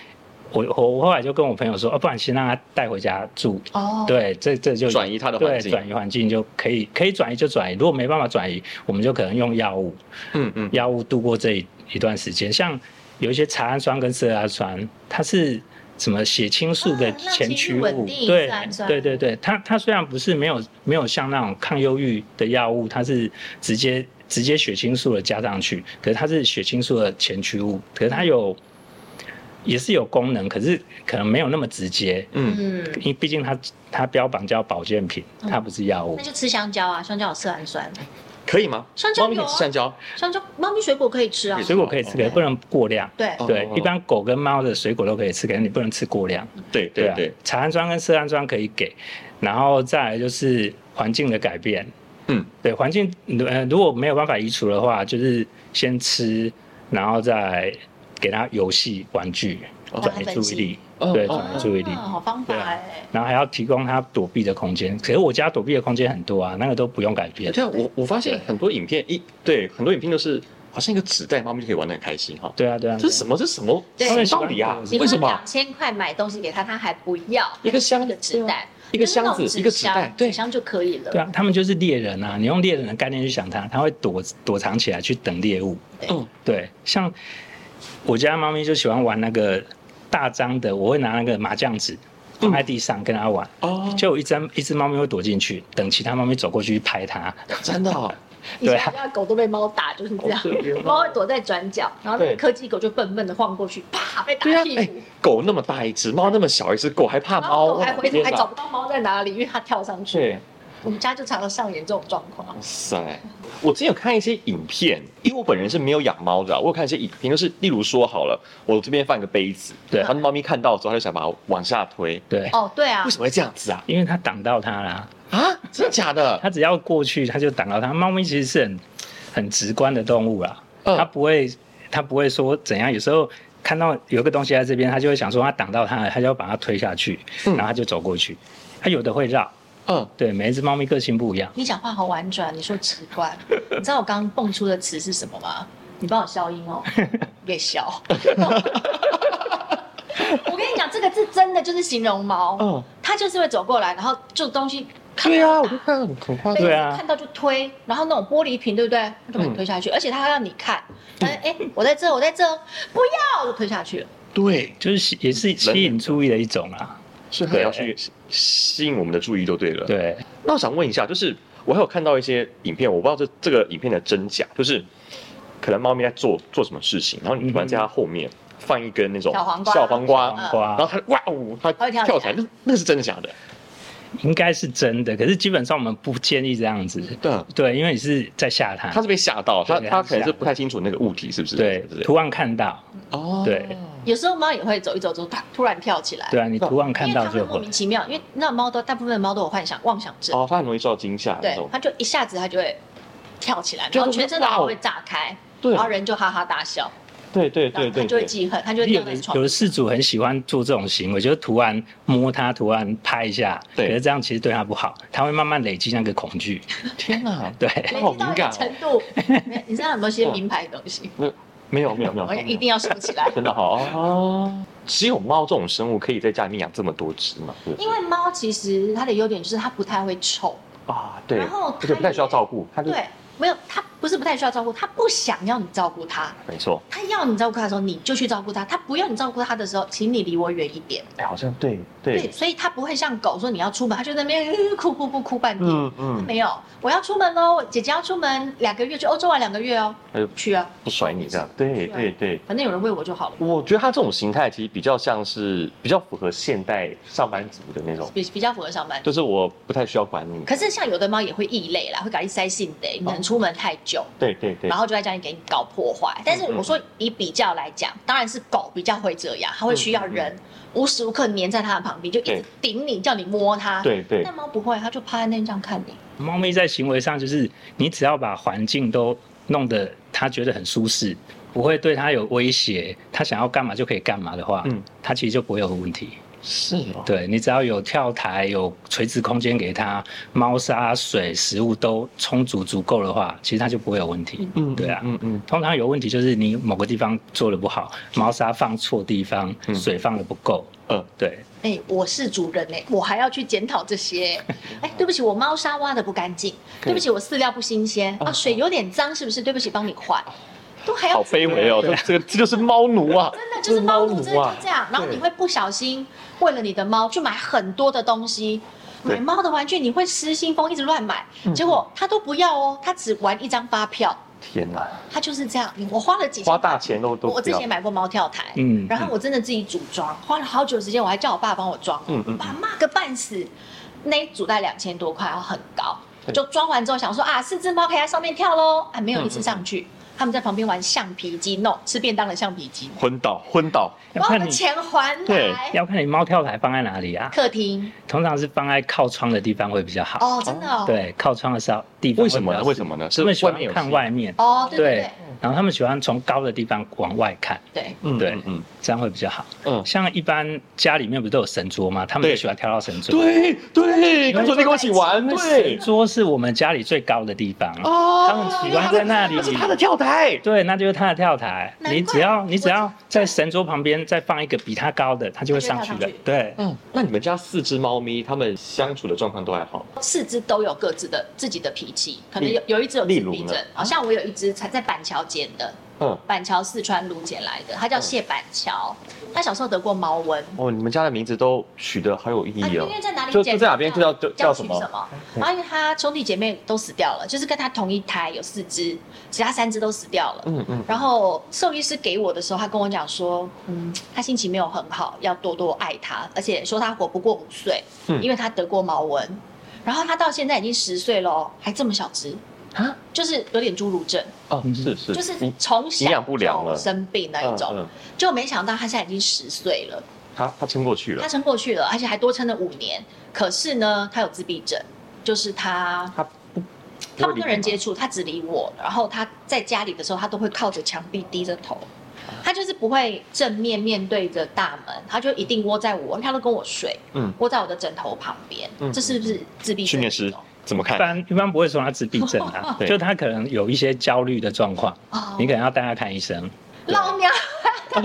[SPEAKER 2] 我我我后来就跟我朋友说，哦，不然先让它带回家住，
[SPEAKER 3] 哦，
[SPEAKER 2] 对，这这就
[SPEAKER 1] 转移它的环
[SPEAKER 2] 对，
[SPEAKER 1] 境。
[SPEAKER 2] 转移环境就可以，可以转移就转移。如果没办法转移，我们就可能用药物，
[SPEAKER 1] 嗯嗯，
[SPEAKER 2] 药物度过这一一段时间。像有一些茶氨酸跟色氨酸，它是什么血清素的
[SPEAKER 3] 啊那
[SPEAKER 2] 前
[SPEAKER 3] 其实
[SPEAKER 2] 驱物，
[SPEAKER 3] 稳定
[SPEAKER 2] 对
[SPEAKER 3] 色氨酸
[SPEAKER 2] 对对对，它它虽然不是没有没有像那种抗忧郁的药物，它是直接直接血清素的加上去，可是它是血清素的前驱物，可是它有也是有功能，可是可能没有那么直接。
[SPEAKER 1] 嗯，
[SPEAKER 3] 嗯，
[SPEAKER 2] 因为毕竟它它标榜叫保健品，它不是药物
[SPEAKER 3] 那。就吃香蕉啊，香蕉有色氨酸，
[SPEAKER 1] 可以吗？
[SPEAKER 3] 香蕉
[SPEAKER 1] 猫咪可
[SPEAKER 3] 有
[SPEAKER 1] 以
[SPEAKER 3] 啊
[SPEAKER 1] 吃香蕉，
[SPEAKER 3] 香蕉猫咪水果可以吃啊
[SPEAKER 1] 可以。吃
[SPEAKER 2] 水果可以吃，可是不能过量。
[SPEAKER 3] 对，
[SPEAKER 1] 哦
[SPEAKER 2] 对，一般狗跟猫的水果都可以吃，可是你不能吃过量。
[SPEAKER 1] 对对
[SPEAKER 2] 啊
[SPEAKER 1] 对，，
[SPEAKER 2] 茶氨酸跟色氨酸可以给，然后再来就是环境的改变。
[SPEAKER 1] 嗯，
[SPEAKER 2] 对，环境呃如果没有办法移除的话，就是先吃，然后再给它游戏玩具
[SPEAKER 1] 哦
[SPEAKER 2] 转移注意力，
[SPEAKER 1] 哦
[SPEAKER 2] 对，
[SPEAKER 1] 哦
[SPEAKER 2] 转移注意力。
[SPEAKER 3] 啊好方法
[SPEAKER 2] 对啊
[SPEAKER 3] 哎。
[SPEAKER 2] 然后还要提供它躲避的空间，可是我家躲避的空间很多啊，那个都不用改变。
[SPEAKER 1] 对啊，我我发现很多影片一对很多影片都是好像一个纸袋，猫咪就可以玩的很开心哈。
[SPEAKER 2] 对啊，对啊。
[SPEAKER 1] 这是
[SPEAKER 2] 对啊
[SPEAKER 1] 什么？这是什么
[SPEAKER 3] 对
[SPEAKER 1] 什么道理啊？
[SPEAKER 2] 你
[SPEAKER 3] 你
[SPEAKER 1] 为
[SPEAKER 3] 花
[SPEAKER 1] 什么
[SPEAKER 3] 两？千块买东西给他，他还不要？
[SPEAKER 1] 一个箱啊
[SPEAKER 3] 一个纸袋，
[SPEAKER 1] 一个箱子
[SPEAKER 3] 就是那种
[SPEAKER 1] 一个纸袋
[SPEAKER 3] 箱
[SPEAKER 1] 对
[SPEAKER 3] 纸箱就可以了。
[SPEAKER 2] 对啊，他们就是猎人啊！你用猎人的概念去想它，它会躲躲藏起来去等猎物。
[SPEAKER 1] 嗯，
[SPEAKER 2] 对，像我家猫咪就喜欢玩那个大张的，我会拿那个麻将纸，放在地上跟它玩，
[SPEAKER 1] 嗯哦，
[SPEAKER 2] 就有一只一只猫咪会躲进去，等其他猫咪走过去拍它。
[SPEAKER 1] 真的哦，
[SPEAKER 3] 以
[SPEAKER 2] 对
[SPEAKER 3] 前我
[SPEAKER 2] 啊
[SPEAKER 3] 家狗都被猫打，就是这样
[SPEAKER 1] 好可怜哦，
[SPEAKER 3] 猫会躲在转角，然后那
[SPEAKER 1] 对
[SPEAKER 3] 个科技狗就笨笨的晃过去，啪被
[SPEAKER 1] 对
[SPEAKER 3] 打
[SPEAKER 1] 啊
[SPEAKER 3] 屁，
[SPEAKER 1] 哎
[SPEAKER 3] 股，，
[SPEAKER 1] 狗那么大一只，猫那么小一只，狗还怕
[SPEAKER 3] 然后
[SPEAKER 1] 猫，
[SPEAKER 3] 狗还
[SPEAKER 1] 我
[SPEAKER 3] 回
[SPEAKER 1] 的
[SPEAKER 3] 头
[SPEAKER 1] 天
[SPEAKER 3] 还
[SPEAKER 1] 哪
[SPEAKER 3] 找不到猫在哪里，因为它跳上去。
[SPEAKER 1] 对。
[SPEAKER 3] 我们家就常常上演这种状况
[SPEAKER 1] 哇。塞！我之前有看一些影片，因为我本人是没有养猫的啊、我有看一些影片，就是例如说好了，我这边放一个杯子，
[SPEAKER 2] 对
[SPEAKER 1] 然后猫咪看到之后，它就想把它往下推，
[SPEAKER 2] 对，
[SPEAKER 3] 哦，对啊
[SPEAKER 1] 为，什么会这样子啊？
[SPEAKER 2] 因为它挡到它啦，
[SPEAKER 1] 啊，真的假的？
[SPEAKER 2] 它只要过去它就挡到它。猫咪其实是很很直观的动物啦，
[SPEAKER 1] 嗯
[SPEAKER 2] 它不会它不会说怎样，有时候。看到有个东西在这边，它就会想说它挡到它了，它就要把它推下去，
[SPEAKER 1] 嗯
[SPEAKER 2] 然后它就走过去。它有的会绕，
[SPEAKER 1] 嗯，
[SPEAKER 2] 对，每一只猫咪个性不一样。
[SPEAKER 3] 你讲话好婉转，你说直 观，你知道我刚刚蹦出的词是什么吗？你帮我消 音哦，给消。我跟你讲，这个字真的就是形容猫，
[SPEAKER 1] 嗯
[SPEAKER 3] 它就是会走过来，然后就东西看到
[SPEAKER 1] 对啊，我
[SPEAKER 3] 它
[SPEAKER 1] 就看到很可怕的。
[SPEAKER 2] 对啊
[SPEAKER 3] 看到就推，然后那种玻璃瓶，对不对？它就
[SPEAKER 1] 嗯
[SPEAKER 3] 把你推下去，而且它还让你看，哎、哎，我在这，我在这，不要，就推下去了。
[SPEAKER 1] 对，
[SPEAKER 2] 就是吸也是吸引注意的一种啊。
[SPEAKER 1] 所以它也要去吸引我们的注意就对了。，
[SPEAKER 2] 对，
[SPEAKER 1] 那我想问一下，就是我还有看到一些影片，我不知道这这个影片的真假，就是可能猫咪在做做什么事情，然后你突然在它后面放一根那种
[SPEAKER 3] 小黄瓜嗯
[SPEAKER 1] 小黄
[SPEAKER 3] 啊
[SPEAKER 1] 瓜
[SPEAKER 2] 黄瓜、
[SPEAKER 1] 然后它哇哦，它
[SPEAKER 3] 它会跳起来
[SPEAKER 1] 跳起来，那那是真的假的？
[SPEAKER 2] 应该是真的，可是基本上我们不建议这样子。
[SPEAKER 1] 对，啊
[SPEAKER 2] 对，因为你是在吓它，
[SPEAKER 1] 它是被吓到，它
[SPEAKER 2] 对
[SPEAKER 1] 它
[SPEAKER 2] 它是
[SPEAKER 1] 可能是
[SPEAKER 2] 吓
[SPEAKER 1] 不太清楚那个物体是不是？
[SPEAKER 2] 对
[SPEAKER 1] 是不是
[SPEAKER 2] 图案看到，
[SPEAKER 1] 哦，
[SPEAKER 2] 对
[SPEAKER 3] 有时候猫也会走一走走，啪，突然跳起来。
[SPEAKER 2] 对啊，你图案看
[SPEAKER 3] 因为
[SPEAKER 2] 到
[SPEAKER 3] 它会
[SPEAKER 2] 就
[SPEAKER 3] 莫
[SPEAKER 2] 会
[SPEAKER 3] 名。其妙，因为那猫都大部分的猫都有幻想妄想症，
[SPEAKER 1] 哦，它很容易受到惊吓那
[SPEAKER 3] 对
[SPEAKER 1] 种，。
[SPEAKER 3] 它就一下子它就会跳起来，
[SPEAKER 1] 就
[SPEAKER 3] 然
[SPEAKER 1] 会
[SPEAKER 3] 后全身
[SPEAKER 1] 哇
[SPEAKER 3] 脑
[SPEAKER 1] 哦
[SPEAKER 3] 会炸开，
[SPEAKER 1] 对
[SPEAKER 3] 然后人就哈哈大笑，
[SPEAKER 1] 对对
[SPEAKER 3] 然
[SPEAKER 1] 对
[SPEAKER 3] 后它
[SPEAKER 1] 对
[SPEAKER 3] 就会
[SPEAKER 1] 对，
[SPEAKER 3] 记恨，它就会
[SPEAKER 2] 有
[SPEAKER 3] 掉
[SPEAKER 2] 的
[SPEAKER 3] 在床
[SPEAKER 2] 有。的事主很喜欢做这种行为，就是图案摸它，图案拍一下，可
[SPEAKER 1] 对
[SPEAKER 2] 是这样其实对它不好，它会慢慢累积那个恐惧。
[SPEAKER 1] 天哪，
[SPEAKER 2] 对，
[SPEAKER 3] 累
[SPEAKER 1] 好
[SPEAKER 3] 积
[SPEAKER 1] 敏
[SPEAKER 3] 到一个
[SPEAKER 1] 感哦
[SPEAKER 3] 程度， 没你知道有没有一些名牌的东西？
[SPEAKER 1] 没有没有没有，
[SPEAKER 3] 我
[SPEAKER 1] 没有
[SPEAKER 3] 一定要收起来。
[SPEAKER 1] 真的好哦。只有猫这种生物可以在家里面养这么多只嘛？对不对
[SPEAKER 3] 因为猫其实它的优点就是它不太会臭，
[SPEAKER 1] 啊，对，
[SPEAKER 3] 然后
[SPEAKER 1] 而且不太需要照顾，它就
[SPEAKER 3] 对，没有它不是不太需要照顾，它不想要你照顾它，
[SPEAKER 1] 没错，
[SPEAKER 3] 它要你照顾它的时候你就去照顾它，它不要你照顾它的时候，请你离我远一点。
[SPEAKER 1] 哎，好像对
[SPEAKER 3] 对，
[SPEAKER 1] 对，
[SPEAKER 3] 所以它不会像狗说你要出门，它就在那边、 呃哭哭哭哭半天。
[SPEAKER 1] 嗯嗯，
[SPEAKER 3] 没有，我要出门哦，姐姐要出门两个月去欧洲玩两个月哦，
[SPEAKER 1] 它就
[SPEAKER 3] 去啊，
[SPEAKER 1] 哎不甩你这样，对
[SPEAKER 3] 是啊
[SPEAKER 1] 对对。
[SPEAKER 3] 反正有人喂我就好了，
[SPEAKER 1] 我觉得它这种形态其实比较像是比较符合现代上班族的那种，
[SPEAKER 3] 比比较符合上班。
[SPEAKER 1] 就是我不太需要管你。
[SPEAKER 3] 可是像有的猫也会异类啦，会搞一塞性的，你可能
[SPEAKER 1] 哦
[SPEAKER 3] 出门太久，
[SPEAKER 1] 对对对嗯
[SPEAKER 3] 然，后就在家里给你搞破坏。但是我说以比较来讲，当然是狗比较会这样，它会需要人无时无刻黏在它的旁边，就一直
[SPEAKER 1] 嗯对
[SPEAKER 3] 顶你，叫你摸它。
[SPEAKER 1] 对对
[SPEAKER 3] 但，猫不会，它就趴在那边这样看你。
[SPEAKER 2] 猫咪在行为上就是，你只要把环境都弄得它觉得很舒适，不会对它有威胁，它想要干嘛就可以干嘛的话，
[SPEAKER 1] 嗯
[SPEAKER 2] 它其实就不会有问题。
[SPEAKER 1] 是哦，
[SPEAKER 2] 对你只要有跳台、有垂直空间给它，猫砂、水、食物都充足足够的话，其实它就不会有问题。
[SPEAKER 1] 嗯
[SPEAKER 2] 对啊
[SPEAKER 1] 嗯嗯，
[SPEAKER 2] 通常有问题就是你某个地方做的不好，猫砂放错地方，
[SPEAKER 1] 嗯
[SPEAKER 2] 水放的不够。
[SPEAKER 1] 呃，
[SPEAKER 2] 对，
[SPEAKER 3] 哎、我是主人哎、我还要去检讨这些。哎、对不起，我猫砂挖的不干净，对不起，我饲料不新鲜啊，水有点脏，是不是？对不起，帮你换，都还要
[SPEAKER 1] 好卑微哦，这个这就是猫奴啊，
[SPEAKER 3] 真的就是猫奴，
[SPEAKER 1] 奴
[SPEAKER 3] 真的
[SPEAKER 1] 啊
[SPEAKER 3] 就，这样。然后你会不小心为了你的猫去买很多的东西，
[SPEAKER 1] 对
[SPEAKER 3] 买猫的玩具，你会失心疯一直乱买，结果它都不要哦，它只玩一张发票，
[SPEAKER 1] 天哪，
[SPEAKER 3] 它就是这样。我花了几千
[SPEAKER 1] 花大钱都都
[SPEAKER 3] 我
[SPEAKER 1] 不
[SPEAKER 3] 之
[SPEAKER 1] 要
[SPEAKER 3] 前买过猫跳台，
[SPEAKER 2] 嗯
[SPEAKER 3] 然后我真的自己组装，花了好久时间，我还叫我爸帮我装，
[SPEAKER 1] 嗯
[SPEAKER 3] 嗯
[SPEAKER 1] 嗯嗯
[SPEAKER 3] 嗯，爸骂个半死，那一组在两千多块，然后很高
[SPEAKER 1] 对，
[SPEAKER 3] 就装完之后想说啊，四只猫可以在上面跳喽，啊，没有
[SPEAKER 1] 嗯
[SPEAKER 3] 一次上去，他们在旁边玩橡皮筋，no，吃便当的橡皮筋，
[SPEAKER 1] 昏倒昏倒，
[SPEAKER 2] 要
[SPEAKER 3] 把我
[SPEAKER 2] 看
[SPEAKER 3] 的
[SPEAKER 2] 你
[SPEAKER 3] 钱还
[SPEAKER 1] 对
[SPEAKER 3] 来，
[SPEAKER 2] 要看你猫跳台放在哪里啊，
[SPEAKER 3] 客厅，
[SPEAKER 2] 通常是放在靠窗的地方会比较好。
[SPEAKER 3] 哦，真的哦，
[SPEAKER 2] 对，靠窗的少地方
[SPEAKER 1] 为
[SPEAKER 2] 会比较
[SPEAKER 1] 什么呢？
[SPEAKER 2] 适
[SPEAKER 1] 为什么呢？
[SPEAKER 2] 他
[SPEAKER 1] 是
[SPEAKER 2] 们喜
[SPEAKER 1] 外
[SPEAKER 2] 欢
[SPEAKER 1] 面有
[SPEAKER 2] 看
[SPEAKER 1] 吸
[SPEAKER 2] 外面，
[SPEAKER 3] 哦，对对
[SPEAKER 2] 然后他们喜欢从高的地方往外看，
[SPEAKER 3] 对
[SPEAKER 1] 嗯
[SPEAKER 2] 对
[SPEAKER 1] 嗯嗯
[SPEAKER 2] 这样会比较好。
[SPEAKER 1] 嗯，
[SPEAKER 2] 像一般家里面不都有神桌吗？他们
[SPEAKER 1] 对
[SPEAKER 2] 就喜欢跳到神桌。
[SPEAKER 1] 对对，跟昨天跟我一起玩，
[SPEAKER 2] 因为
[SPEAKER 1] 对
[SPEAKER 2] 神桌是我们家里最高的地方，
[SPEAKER 1] 哦
[SPEAKER 2] 他们喜欢在那里
[SPEAKER 1] 那是他的跳台，
[SPEAKER 2] 对，那就是他的跳台。
[SPEAKER 3] 难怪
[SPEAKER 2] 你只要你只
[SPEAKER 3] 我
[SPEAKER 2] 要在神桌旁边再放一个比他高的，他就会上去
[SPEAKER 3] 它就
[SPEAKER 2] 了
[SPEAKER 3] 会跳上去。
[SPEAKER 2] 对，
[SPEAKER 1] 嗯，那你们家四只猫咪，它们相处的状况都还好？
[SPEAKER 3] 对，四只都有各自的自己的脾气，可能
[SPEAKER 1] 例
[SPEAKER 3] 有有一只有自
[SPEAKER 1] 例
[SPEAKER 3] 闭
[SPEAKER 1] 如呢
[SPEAKER 3] 症，好像我有一只才在板桥捡的，
[SPEAKER 1] 嗯，
[SPEAKER 3] 板桥四川卢捡来的，它叫谢板桥。它小时候得过毛蚊，
[SPEAKER 1] 哦，你们家的名字都取得好有意
[SPEAKER 3] 啊，
[SPEAKER 1] 义
[SPEAKER 3] 因
[SPEAKER 1] 哦。
[SPEAKER 3] 为在哪里
[SPEAKER 1] 就
[SPEAKER 3] 捡
[SPEAKER 1] 就在哪边就叫就叫
[SPEAKER 3] 取
[SPEAKER 1] 什么？嗯
[SPEAKER 3] 然后因为他兄弟姐妹都死掉了，就是跟他同一胎有四只，其他三只都死掉了。
[SPEAKER 1] 嗯嗯，
[SPEAKER 3] 然后兽医师给我的时候，他跟我讲说，嗯，他心情没有很好，要多多爱他，而且说他活不过五岁，
[SPEAKER 1] 嗯
[SPEAKER 3] 因为他得过毛蚊，然后他到现在已经十岁了哦，还这么小只，
[SPEAKER 1] 啊，
[SPEAKER 3] 就是有点侏儒症，
[SPEAKER 1] 哦，是是，
[SPEAKER 3] 就是
[SPEAKER 1] 你
[SPEAKER 3] 从
[SPEAKER 1] 营
[SPEAKER 3] 小
[SPEAKER 1] 养不良了
[SPEAKER 3] 就生病那一种，
[SPEAKER 1] 嗯嗯
[SPEAKER 3] 就没想到他现在已经十岁了，
[SPEAKER 1] 他他撑过去了
[SPEAKER 3] 他，撑过去了，而且还多撑了五年。可是呢，他有自闭症，就是他
[SPEAKER 1] 他不
[SPEAKER 3] 他不跟人接
[SPEAKER 1] 触，
[SPEAKER 3] 触，他只理我，然后他在家里的时候，他都会靠着墙壁低着头，他就是不会正面面对着大门，他就一定窝在我，他都跟我睡，
[SPEAKER 1] 嗯
[SPEAKER 3] 窝在我的枕头旁边，
[SPEAKER 1] 嗯
[SPEAKER 3] 这是不是自闭症？
[SPEAKER 1] 训练师怎么
[SPEAKER 2] 一
[SPEAKER 1] 看？，
[SPEAKER 2] 般一般不会说他自闭症啊就他可能有一些焦虑的状况，
[SPEAKER 3] 哦，
[SPEAKER 2] 你可能要带他看医生。
[SPEAKER 3] 老娘
[SPEAKER 2] 对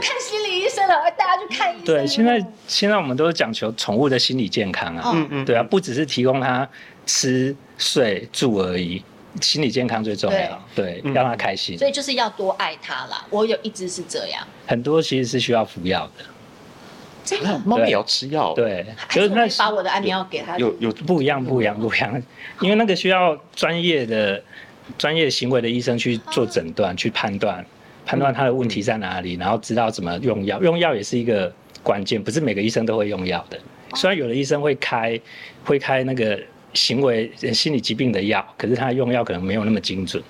[SPEAKER 3] 看心理医生了，带他去看医生。
[SPEAKER 2] 对，现在现在我们都是讲求宠物的心理健康啊，
[SPEAKER 3] 嗯
[SPEAKER 1] 嗯
[SPEAKER 2] 对啊，不只是提供它吃、睡、住而已，心理健康最重要。对，
[SPEAKER 1] 嗯
[SPEAKER 2] 让它开心
[SPEAKER 3] 所。以就是要多爱他啦。我有一只是这样，
[SPEAKER 2] 很多其实是需要服药的，
[SPEAKER 3] 真的，
[SPEAKER 1] 猫咪也要吃药，，
[SPEAKER 2] 对，
[SPEAKER 3] 还
[SPEAKER 2] 就是是那
[SPEAKER 3] 我会把我的安眠药给他。
[SPEAKER 1] 有有
[SPEAKER 2] 不一样，不一样，不一样，因为那个需要专业的、专业行为的医生去做诊断、去判断、判断他的问题在哪里，然后知道怎么用药。用药也是一个关键，不是每个医生都会用药的。
[SPEAKER 3] 哦
[SPEAKER 2] 虽然有的医生会开会开那个行为呃心理疾病的药，可是他用药可能没有那么精准，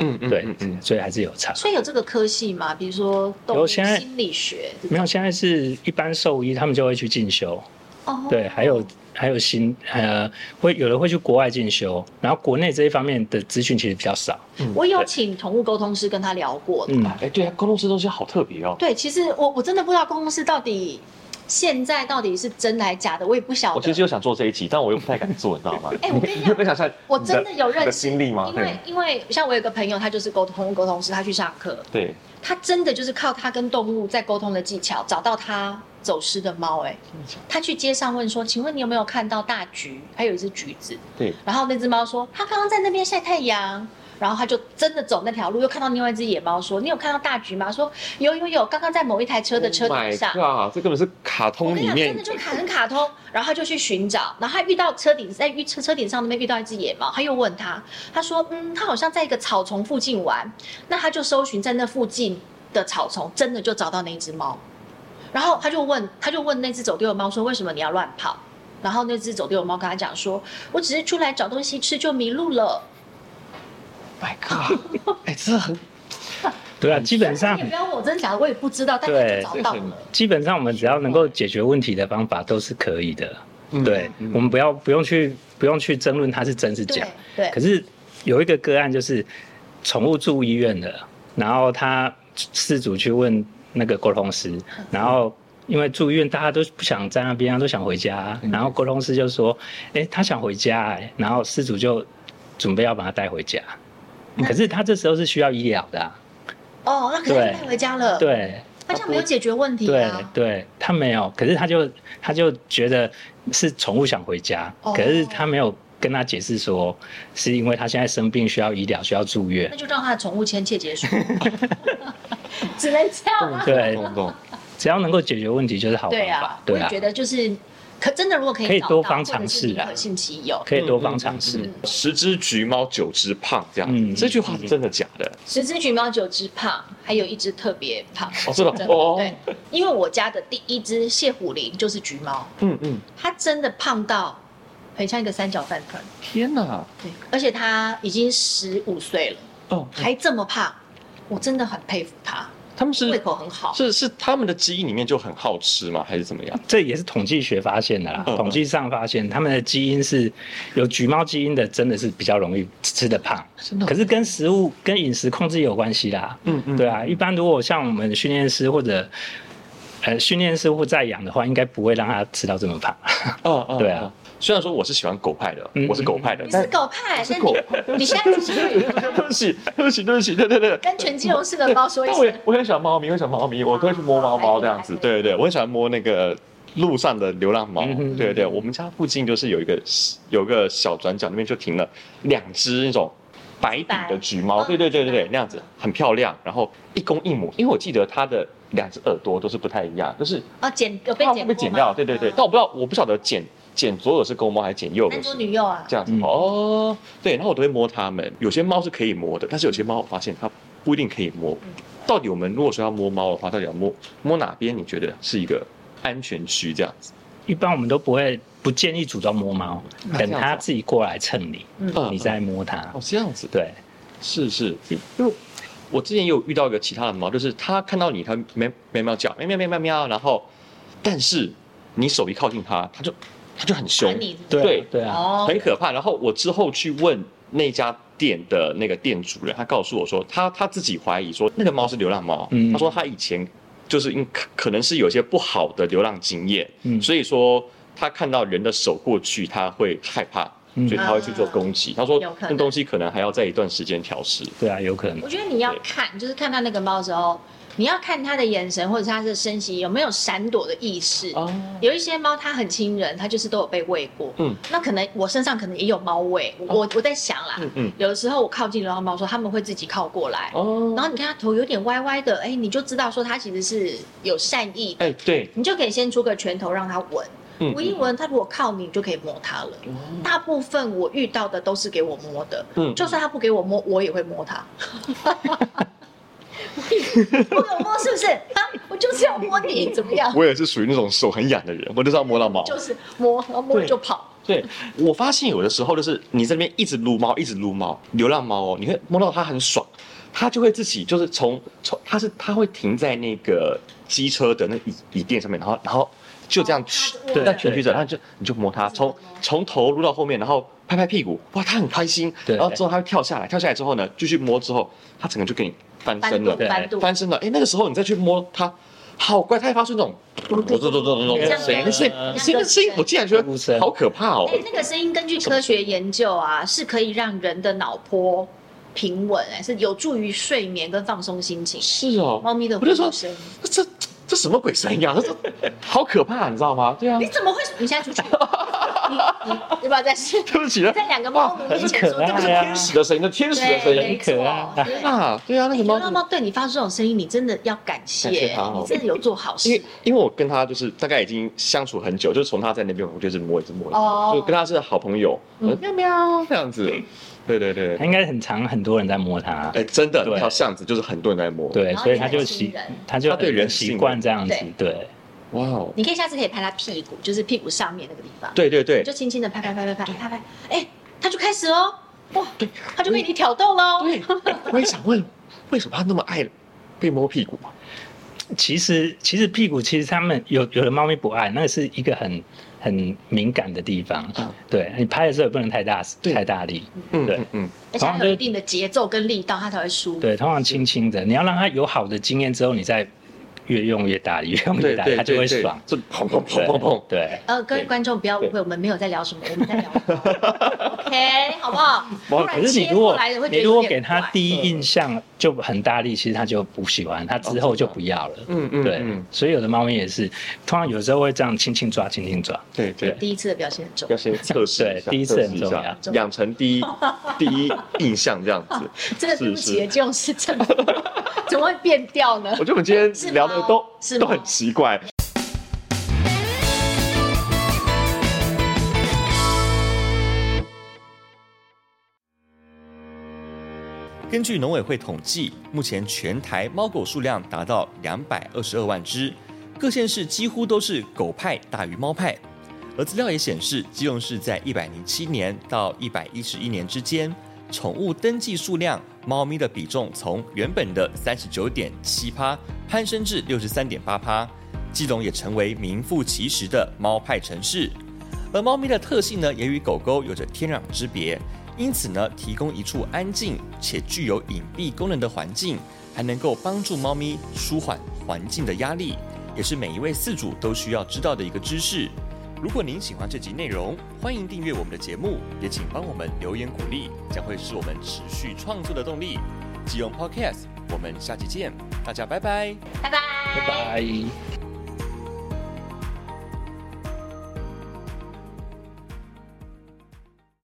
[SPEAKER 1] 嗯嗯
[SPEAKER 2] 对
[SPEAKER 1] 嗯，嗯，
[SPEAKER 2] 所以还是有差。
[SPEAKER 3] 所以有这个科系嘛？比如说动
[SPEAKER 2] 有
[SPEAKER 3] 物
[SPEAKER 2] 现在
[SPEAKER 3] 心理学，
[SPEAKER 2] 没有，现在是一般兽医他们就会去进修，
[SPEAKER 3] 哦
[SPEAKER 2] 对，还有还有新呃，会有的会去国外进修，然后国内这一方面的资讯其实比较少。
[SPEAKER 3] 我有
[SPEAKER 2] 对
[SPEAKER 3] 请宠物沟通师跟他聊过的。
[SPEAKER 2] 嗯，
[SPEAKER 1] 哎，对啊，沟通这东西好特别哦。
[SPEAKER 3] 对，其实我我真的不知道沟通师到底现在到底是真的还假的，我也不晓
[SPEAKER 1] 我
[SPEAKER 3] 得。
[SPEAKER 1] 其实就想做这一集，但我又不太敢做，你知道吗？
[SPEAKER 3] 啊 哎我跟你 讲
[SPEAKER 1] 你可以分享一下，
[SPEAKER 3] 我真的有认识
[SPEAKER 1] 的经历吗？
[SPEAKER 3] 因
[SPEAKER 1] 对
[SPEAKER 3] 为因为像我有个朋友，他就是沟通沟通师，他去上课，
[SPEAKER 1] 对，
[SPEAKER 3] 他真的就是靠他跟动物在沟通的技巧找到他走失的猫、哎，他去街上问说：“请问你有没有看到大橘？还有一只橘子？”
[SPEAKER 1] 对。
[SPEAKER 3] 然后那只猫说：“它刚刚在那边晒太阳。”然后他就真的走那条路，又看到另外一只野猫，说：“你有看到大橘吗？”说：“有有有，刚刚在某一台车的车
[SPEAKER 1] Oh
[SPEAKER 3] 顶
[SPEAKER 1] my
[SPEAKER 3] 上。
[SPEAKER 1] God，这根本是卡
[SPEAKER 3] 我
[SPEAKER 1] 通
[SPEAKER 3] 跟你
[SPEAKER 1] 里
[SPEAKER 3] 讲，真
[SPEAKER 1] 面
[SPEAKER 3] 的就卡很卡通，然后他就去寻找，然后他遇到车顶在遇车车顶上那边遇到一只野猫，他又问他，他说嗯，他好像在一个草丛附近玩，那他就搜寻在那附近的草丛，真的就找到那一只猫，然后他就问他就问那只走丢的猫说为什么你要乱跑？然后那只走丢的猫跟他讲说，我只是出来找东西吃就迷路了。
[SPEAKER 1] My God，哎，这很
[SPEAKER 2] 对啊，基本上
[SPEAKER 3] 你也不要问我真的假的，我也不知道，但他就
[SPEAKER 2] 对
[SPEAKER 3] 找到了。
[SPEAKER 2] 基本上我们只要能够解决问题的方法都是可以的。
[SPEAKER 1] 嗯
[SPEAKER 2] 对，
[SPEAKER 1] 嗯
[SPEAKER 2] 我们不要不用去不用去争论它是真是假
[SPEAKER 3] 对。对
[SPEAKER 2] 可，是有一个个案就是宠物住医院了，然后他事主去问那个沟通师，
[SPEAKER 3] 嗯
[SPEAKER 2] 然后。因为住医院，大家都不想在那边啊，都想回家啊、
[SPEAKER 3] 嗯
[SPEAKER 2] 然后沟通师就说：“哎、他想回家、哎。”然后事主就准备要把他带回家，
[SPEAKER 3] 那
[SPEAKER 2] 可是他这时候是需要医疗的、啊，
[SPEAKER 3] 哦，那可能
[SPEAKER 2] 对
[SPEAKER 3] 带回家了。，
[SPEAKER 2] 对，
[SPEAKER 3] 他这样没有解决问题
[SPEAKER 2] 对
[SPEAKER 3] 啊。
[SPEAKER 2] 对，他没有，可是他就他就觉得是宠物想回家，
[SPEAKER 3] 哦
[SPEAKER 2] 可是他没有跟他解释说是因为他现在生病需要医疗需要住院
[SPEAKER 3] 那，就让他的宠物签切结书， 只能这样 啊。
[SPEAKER 2] 对
[SPEAKER 1] 懂懂。
[SPEAKER 2] 只要能够解决问题就是好方
[SPEAKER 3] 对
[SPEAKER 2] 法
[SPEAKER 3] 啊，，我
[SPEAKER 2] 对
[SPEAKER 3] 也
[SPEAKER 2] 啊，
[SPEAKER 3] 觉得就是，可真的如果可以
[SPEAKER 2] 可以
[SPEAKER 3] 找
[SPEAKER 2] 多
[SPEAKER 3] 到
[SPEAKER 2] 方
[SPEAKER 3] 或者
[SPEAKER 2] 尝
[SPEAKER 3] 是
[SPEAKER 2] 试
[SPEAKER 3] 宁
[SPEAKER 2] 啊
[SPEAKER 3] 可信其有，
[SPEAKER 2] 可以多方尝试。
[SPEAKER 3] 嗯
[SPEAKER 1] 十只橘猫，九只胖，这样子，
[SPEAKER 2] 嗯
[SPEAKER 1] 这句话是真的假的？
[SPEAKER 3] 十只橘猫九只胖，还有一只特别胖。
[SPEAKER 1] 哦，真
[SPEAKER 3] 真
[SPEAKER 1] 的
[SPEAKER 3] 的
[SPEAKER 1] 哦，
[SPEAKER 3] 对，因为我家的第一只谢虎林就是橘猫，
[SPEAKER 1] 嗯嗯，
[SPEAKER 3] 它真的胖到很像一个三角饭团。
[SPEAKER 1] 天哪，
[SPEAKER 3] 对，而且它已经十五岁了，
[SPEAKER 1] 哦，
[SPEAKER 3] 还这么胖，我真的很佩服它，
[SPEAKER 1] 他们
[SPEAKER 3] 胃
[SPEAKER 1] 是
[SPEAKER 3] 口很好。
[SPEAKER 1] 是是他们的基因里面就很好吃吗？还是怎么样？
[SPEAKER 3] 嗯
[SPEAKER 2] 这也是统计学发现的啦，
[SPEAKER 1] 嗯嗯
[SPEAKER 2] 统计上发现他们的基因是有橘猫基因的，真的是比较容易吃的胖，
[SPEAKER 1] 真的
[SPEAKER 2] 可是跟食物跟饮食控制有关系啦。
[SPEAKER 1] 嗯嗯
[SPEAKER 2] 对啊，一般如果像我们训练师或者呃训练师或在养的话，应该不会让它吃到这么胖。
[SPEAKER 1] 嗯嗯，
[SPEAKER 2] 对啊。
[SPEAKER 1] 虽然说我是喜欢狗派的，
[SPEAKER 2] 嗯
[SPEAKER 1] 我是狗派的
[SPEAKER 3] 你，是
[SPEAKER 1] 但
[SPEAKER 3] 狗派，那
[SPEAKER 1] 狗
[SPEAKER 3] 你你现在只是
[SPEAKER 1] 对不起，对不起，对不起，对对对。
[SPEAKER 3] 跟全金融市的猫说一
[SPEAKER 1] 但我
[SPEAKER 3] 声
[SPEAKER 1] 也。我很喜欢猫咪，我很喜欢猫咪，我都会去摸猫猫这样子。
[SPEAKER 3] 哦
[SPEAKER 1] 对对对，我很喜欢摸那个路上的流浪猫。
[SPEAKER 2] 嗯哼
[SPEAKER 1] 对对，我们家附近就是有一个有个小转角，那边就停了两只那种白底的橘猫，
[SPEAKER 3] 白
[SPEAKER 1] 对对对对对
[SPEAKER 3] 嗯，
[SPEAKER 1] 那样子很漂亮，然后一公一母，因为我记得它的两只耳朵都是不太一样，就是
[SPEAKER 3] 啊，剪有被
[SPEAKER 1] 怕
[SPEAKER 3] 剪
[SPEAKER 1] 被
[SPEAKER 3] 过
[SPEAKER 1] 剪
[SPEAKER 3] 吗
[SPEAKER 1] 掉，对对对，
[SPEAKER 3] 嗯
[SPEAKER 1] 但我不知道我不晓得剪剪左耳是公猫还是剪右
[SPEAKER 3] 男
[SPEAKER 1] 耳
[SPEAKER 3] 左
[SPEAKER 1] 是
[SPEAKER 3] 女右啊，
[SPEAKER 1] 这样子、
[SPEAKER 2] 嗯
[SPEAKER 1] 哦，对，然后我都会摸它们，有些猫是可以摸的，但是有些猫我发现它不一定可以摸
[SPEAKER 3] 嗯。
[SPEAKER 1] 到底我们如果说要摸猫的话，到底要摸摸哪边？你觉得是一个安全区这样子？
[SPEAKER 2] 一般我们都不会不建议主动摸猫，
[SPEAKER 1] 那这样
[SPEAKER 2] 等
[SPEAKER 1] 子啊
[SPEAKER 2] 它自己过来蹭你，
[SPEAKER 3] 嗯
[SPEAKER 2] 你再摸它
[SPEAKER 1] 哦。这样子，
[SPEAKER 2] 对，
[SPEAKER 1] 是是，因为我之前也有遇到一个其他的猫，就是它看到你，它喵喵喵叫，喵喵喵喵喵，然后但是你手一靠近它，它就它就很凶
[SPEAKER 3] 喊，你
[SPEAKER 2] 对
[SPEAKER 1] 对
[SPEAKER 2] 啊对啊，
[SPEAKER 3] 哦，
[SPEAKER 1] 很可怕。然后我之后去问那家店的那个店主人，他告诉我说，他他自己怀疑说那个猫是流浪猫，
[SPEAKER 2] 嗯
[SPEAKER 1] 他说他以前就是因可可能是有一些不好的流浪经验，
[SPEAKER 2] 嗯
[SPEAKER 1] 所以说他看到人的手过去，他会害怕。
[SPEAKER 2] 嗯
[SPEAKER 1] 所以他会去做攻击。他说
[SPEAKER 3] 有可能
[SPEAKER 1] 那东西可能还要在一段时间调试。
[SPEAKER 2] 对啊，有可能
[SPEAKER 3] 我。觉得你要看，就是看到那个猫的时候，你要看它的眼神或者是它的身形有没有闪躲的意识。
[SPEAKER 1] 哦，
[SPEAKER 3] 有一些猫它很亲人，它就是都有被喂过。
[SPEAKER 1] 嗯哦
[SPEAKER 3] 那可能我身上可能也有猫味，我我我在想啦，
[SPEAKER 1] 嗯嗯，
[SPEAKER 3] 有的时候我靠近流浪猫的时候，它们会自己靠过来，
[SPEAKER 1] 哦，
[SPEAKER 3] 然后你看它头有点歪歪的，哎，你就知道说它其实是有善意的，
[SPEAKER 1] 哎，对，
[SPEAKER 3] 你就可以先出个拳头让它闻，
[SPEAKER 1] 嗯
[SPEAKER 3] 闻一闻，它如果靠你，你就可以摸它了。
[SPEAKER 1] 嗯
[SPEAKER 3] 大部分我遇到的都是给我摸的，
[SPEAKER 1] 嗯
[SPEAKER 3] 就算他不给我摸，我也会 摸他。不给我摸是不是？啊，我就是要摸你，怎么样？
[SPEAKER 1] 我也是属于那种手很痒的人，我就是要摸到毛。
[SPEAKER 3] 就是摸，然后摸了就跑。
[SPEAKER 1] 对，我发现有的时候就是你这边一直撸猫，一直撸猫，流浪猫哦，你会摸到它很爽，它就会自己就是从从它是它会停在那个机车的那椅椅垫上面，然后然后就这样
[SPEAKER 3] 哦
[SPEAKER 1] 去
[SPEAKER 3] 它
[SPEAKER 2] 对
[SPEAKER 1] 那蜷曲着，
[SPEAKER 2] 对
[SPEAKER 1] 然后就你就摸它，
[SPEAKER 3] 自己摸
[SPEAKER 1] 从从头撸到后面，然后拍拍屁股，哇，它很开心。
[SPEAKER 2] 对
[SPEAKER 1] 然后之后它会跳下来，跳下来之后呢，继续摸之后，它整个就给你翻
[SPEAKER 3] 翻
[SPEAKER 1] 身
[SPEAKER 3] 肚
[SPEAKER 1] 了，
[SPEAKER 2] 对
[SPEAKER 3] 翻肚，
[SPEAKER 1] 翻身了。哎，那个时候你再去摸它。好乖，它会发出那种咚咚咚咚咚咚的声音，那声音那声音，那声音，我竟然觉得好可怕哦！
[SPEAKER 3] 哎、那个声音根据科学研究啊，是可以让人的脑波平稳、哎，是有助于睡眠跟放松心情。
[SPEAKER 1] 是哦，
[SPEAKER 3] 猫咪的
[SPEAKER 1] 我就说
[SPEAKER 3] 呼声，
[SPEAKER 1] 这这这什么鬼声音啊？这这好可怕，你知道吗？对啊
[SPEAKER 3] 你，怎么会？你 现在出去，你你对吧？在
[SPEAKER 1] 对不起了，
[SPEAKER 3] 在两个猫奴面前说
[SPEAKER 2] 哇
[SPEAKER 3] 这
[SPEAKER 1] 那是
[SPEAKER 3] 个是
[SPEAKER 2] 哎呀
[SPEAKER 1] 天使的声音，那天使的声
[SPEAKER 3] 对，
[SPEAKER 1] 音
[SPEAKER 3] 没错
[SPEAKER 2] 很可爱
[SPEAKER 3] 对
[SPEAKER 1] 啊，对啊，那个
[SPEAKER 3] 流
[SPEAKER 1] 猫
[SPEAKER 3] 浪猫对你发出这种声音，你真的要感谢，
[SPEAKER 1] 感谢它哦
[SPEAKER 3] 你真的有做好
[SPEAKER 1] 因为
[SPEAKER 3] 事。
[SPEAKER 1] 因为我跟他就是大概已经相处很久，就是从他在那边，我就是摸一直摸，一直
[SPEAKER 3] 哦
[SPEAKER 1] 摸就跟他是好朋友，
[SPEAKER 3] 嗯
[SPEAKER 1] 我就喵喵这样子，对对对，
[SPEAKER 2] 它
[SPEAKER 1] 对
[SPEAKER 2] 应该很常很多人在摸它，
[SPEAKER 1] 哎，真的
[SPEAKER 2] 对
[SPEAKER 1] 那条巷子就是很多人在摸，，
[SPEAKER 2] 对，
[SPEAKER 3] 然后
[SPEAKER 2] 所以
[SPEAKER 3] 也
[SPEAKER 2] 它
[SPEAKER 3] 很
[SPEAKER 2] 就
[SPEAKER 3] 亲
[SPEAKER 2] 习
[SPEAKER 3] 人，
[SPEAKER 2] 它就
[SPEAKER 1] 它对人性
[SPEAKER 2] 习惯这样子，对，
[SPEAKER 1] 哇哦，
[SPEAKER 3] 你可以下次可以拍它屁股，就是屁股上面那个地方，
[SPEAKER 1] 对对对
[SPEAKER 3] 你就，轻轻的拍拍拍拍拍拍拍，哎，它就开始喽，哇，它就被你挑逗哦喽。
[SPEAKER 1] 对，哎我也想问，为什么他那么爱被摸屁股啊？
[SPEAKER 2] 其实其实屁股其实它们有有的猫咪不爱，那个是一个很很敏感的地方
[SPEAKER 1] 啊，
[SPEAKER 2] 对你拍的时候也不能太大
[SPEAKER 1] 对
[SPEAKER 2] 太大力，
[SPEAKER 1] 嗯
[SPEAKER 2] 对
[SPEAKER 1] 嗯嗯，
[SPEAKER 3] 而且它有一定的节奏跟力道，它才会舒服。
[SPEAKER 2] 对，通常轻轻的，你要让它有好的经验之后，你再越用越大力，越用越
[SPEAKER 1] 对
[SPEAKER 2] 大力，
[SPEAKER 1] 对
[SPEAKER 2] 它就
[SPEAKER 1] 对
[SPEAKER 2] 会
[SPEAKER 1] 对
[SPEAKER 2] 爽，，
[SPEAKER 1] 就砰砰 砰
[SPEAKER 2] 对
[SPEAKER 1] 砰砰。
[SPEAKER 2] 对。
[SPEAKER 3] 呃，各位
[SPEAKER 1] 对
[SPEAKER 3] 观众不要误会，我们没有在聊什么，我们在聊 猫 OK，好不好？ 不然
[SPEAKER 2] 可是你
[SPEAKER 3] 切
[SPEAKER 2] 如
[SPEAKER 3] 过
[SPEAKER 2] 果
[SPEAKER 3] 来会觉
[SPEAKER 2] 你
[SPEAKER 3] 得
[SPEAKER 2] 如
[SPEAKER 3] 有
[SPEAKER 2] 果给
[SPEAKER 3] 点
[SPEAKER 2] 他
[SPEAKER 3] 怪
[SPEAKER 2] 第
[SPEAKER 1] 嗯
[SPEAKER 2] 一印象就很大力，其实他就不喜欢，他
[SPEAKER 1] 哦
[SPEAKER 2] 之后就不要了。
[SPEAKER 1] 嗯嗯
[SPEAKER 2] 对
[SPEAKER 1] 嗯，
[SPEAKER 2] 所以有的猫咪也是，通常有时候会这样轻轻抓，轻轻抓。
[SPEAKER 1] 对对，
[SPEAKER 3] 第一次的表现很重
[SPEAKER 1] 要，先测试一下，
[SPEAKER 2] 对第一次
[SPEAKER 1] 测试一
[SPEAKER 2] 很重要
[SPEAKER 1] 下
[SPEAKER 3] 重要
[SPEAKER 1] 养成第一第一印象这样子。
[SPEAKER 3] 真的对不
[SPEAKER 1] 是
[SPEAKER 3] 起，
[SPEAKER 1] 是
[SPEAKER 3] 这种事怎么 怎么会变调呢
[SPEAKER 1] 我？觉得我们今天聊的都
[SPEAKER 3] 是吗
[SPEAKER 1] 都很奇怪。
[SPEAKER 4] 根据农委会统计，目前全台猫狗数量达到两百二十二万只，各县市几乎都是狗派大于猫派。而资料也显示，基隆市在一百零七年到一百一十一年之间，宠物登记数量，猫咪的比重从原本的三十九点七趴攀升至六十三点八趴。基隆也成为名副其实的猫派城市。而猫咪的特性呢，也与狗狗有着天壤之别，因此呢，提供一处安静且具有隐蔽功能的环境，还能够帮助猫咪舒缓环境的压力，也是每一位饲主都需要知道的一个知识。如果您喜欢这集内容，欢迎订阅我们的节目，也请帮我们留言鼓励，将会是我们持续创作的动力。即用 Podcast，我们下期见，大家拜拜。
[SPEAKER 3] 拜拜
[SPEAKER 2] 拜拜。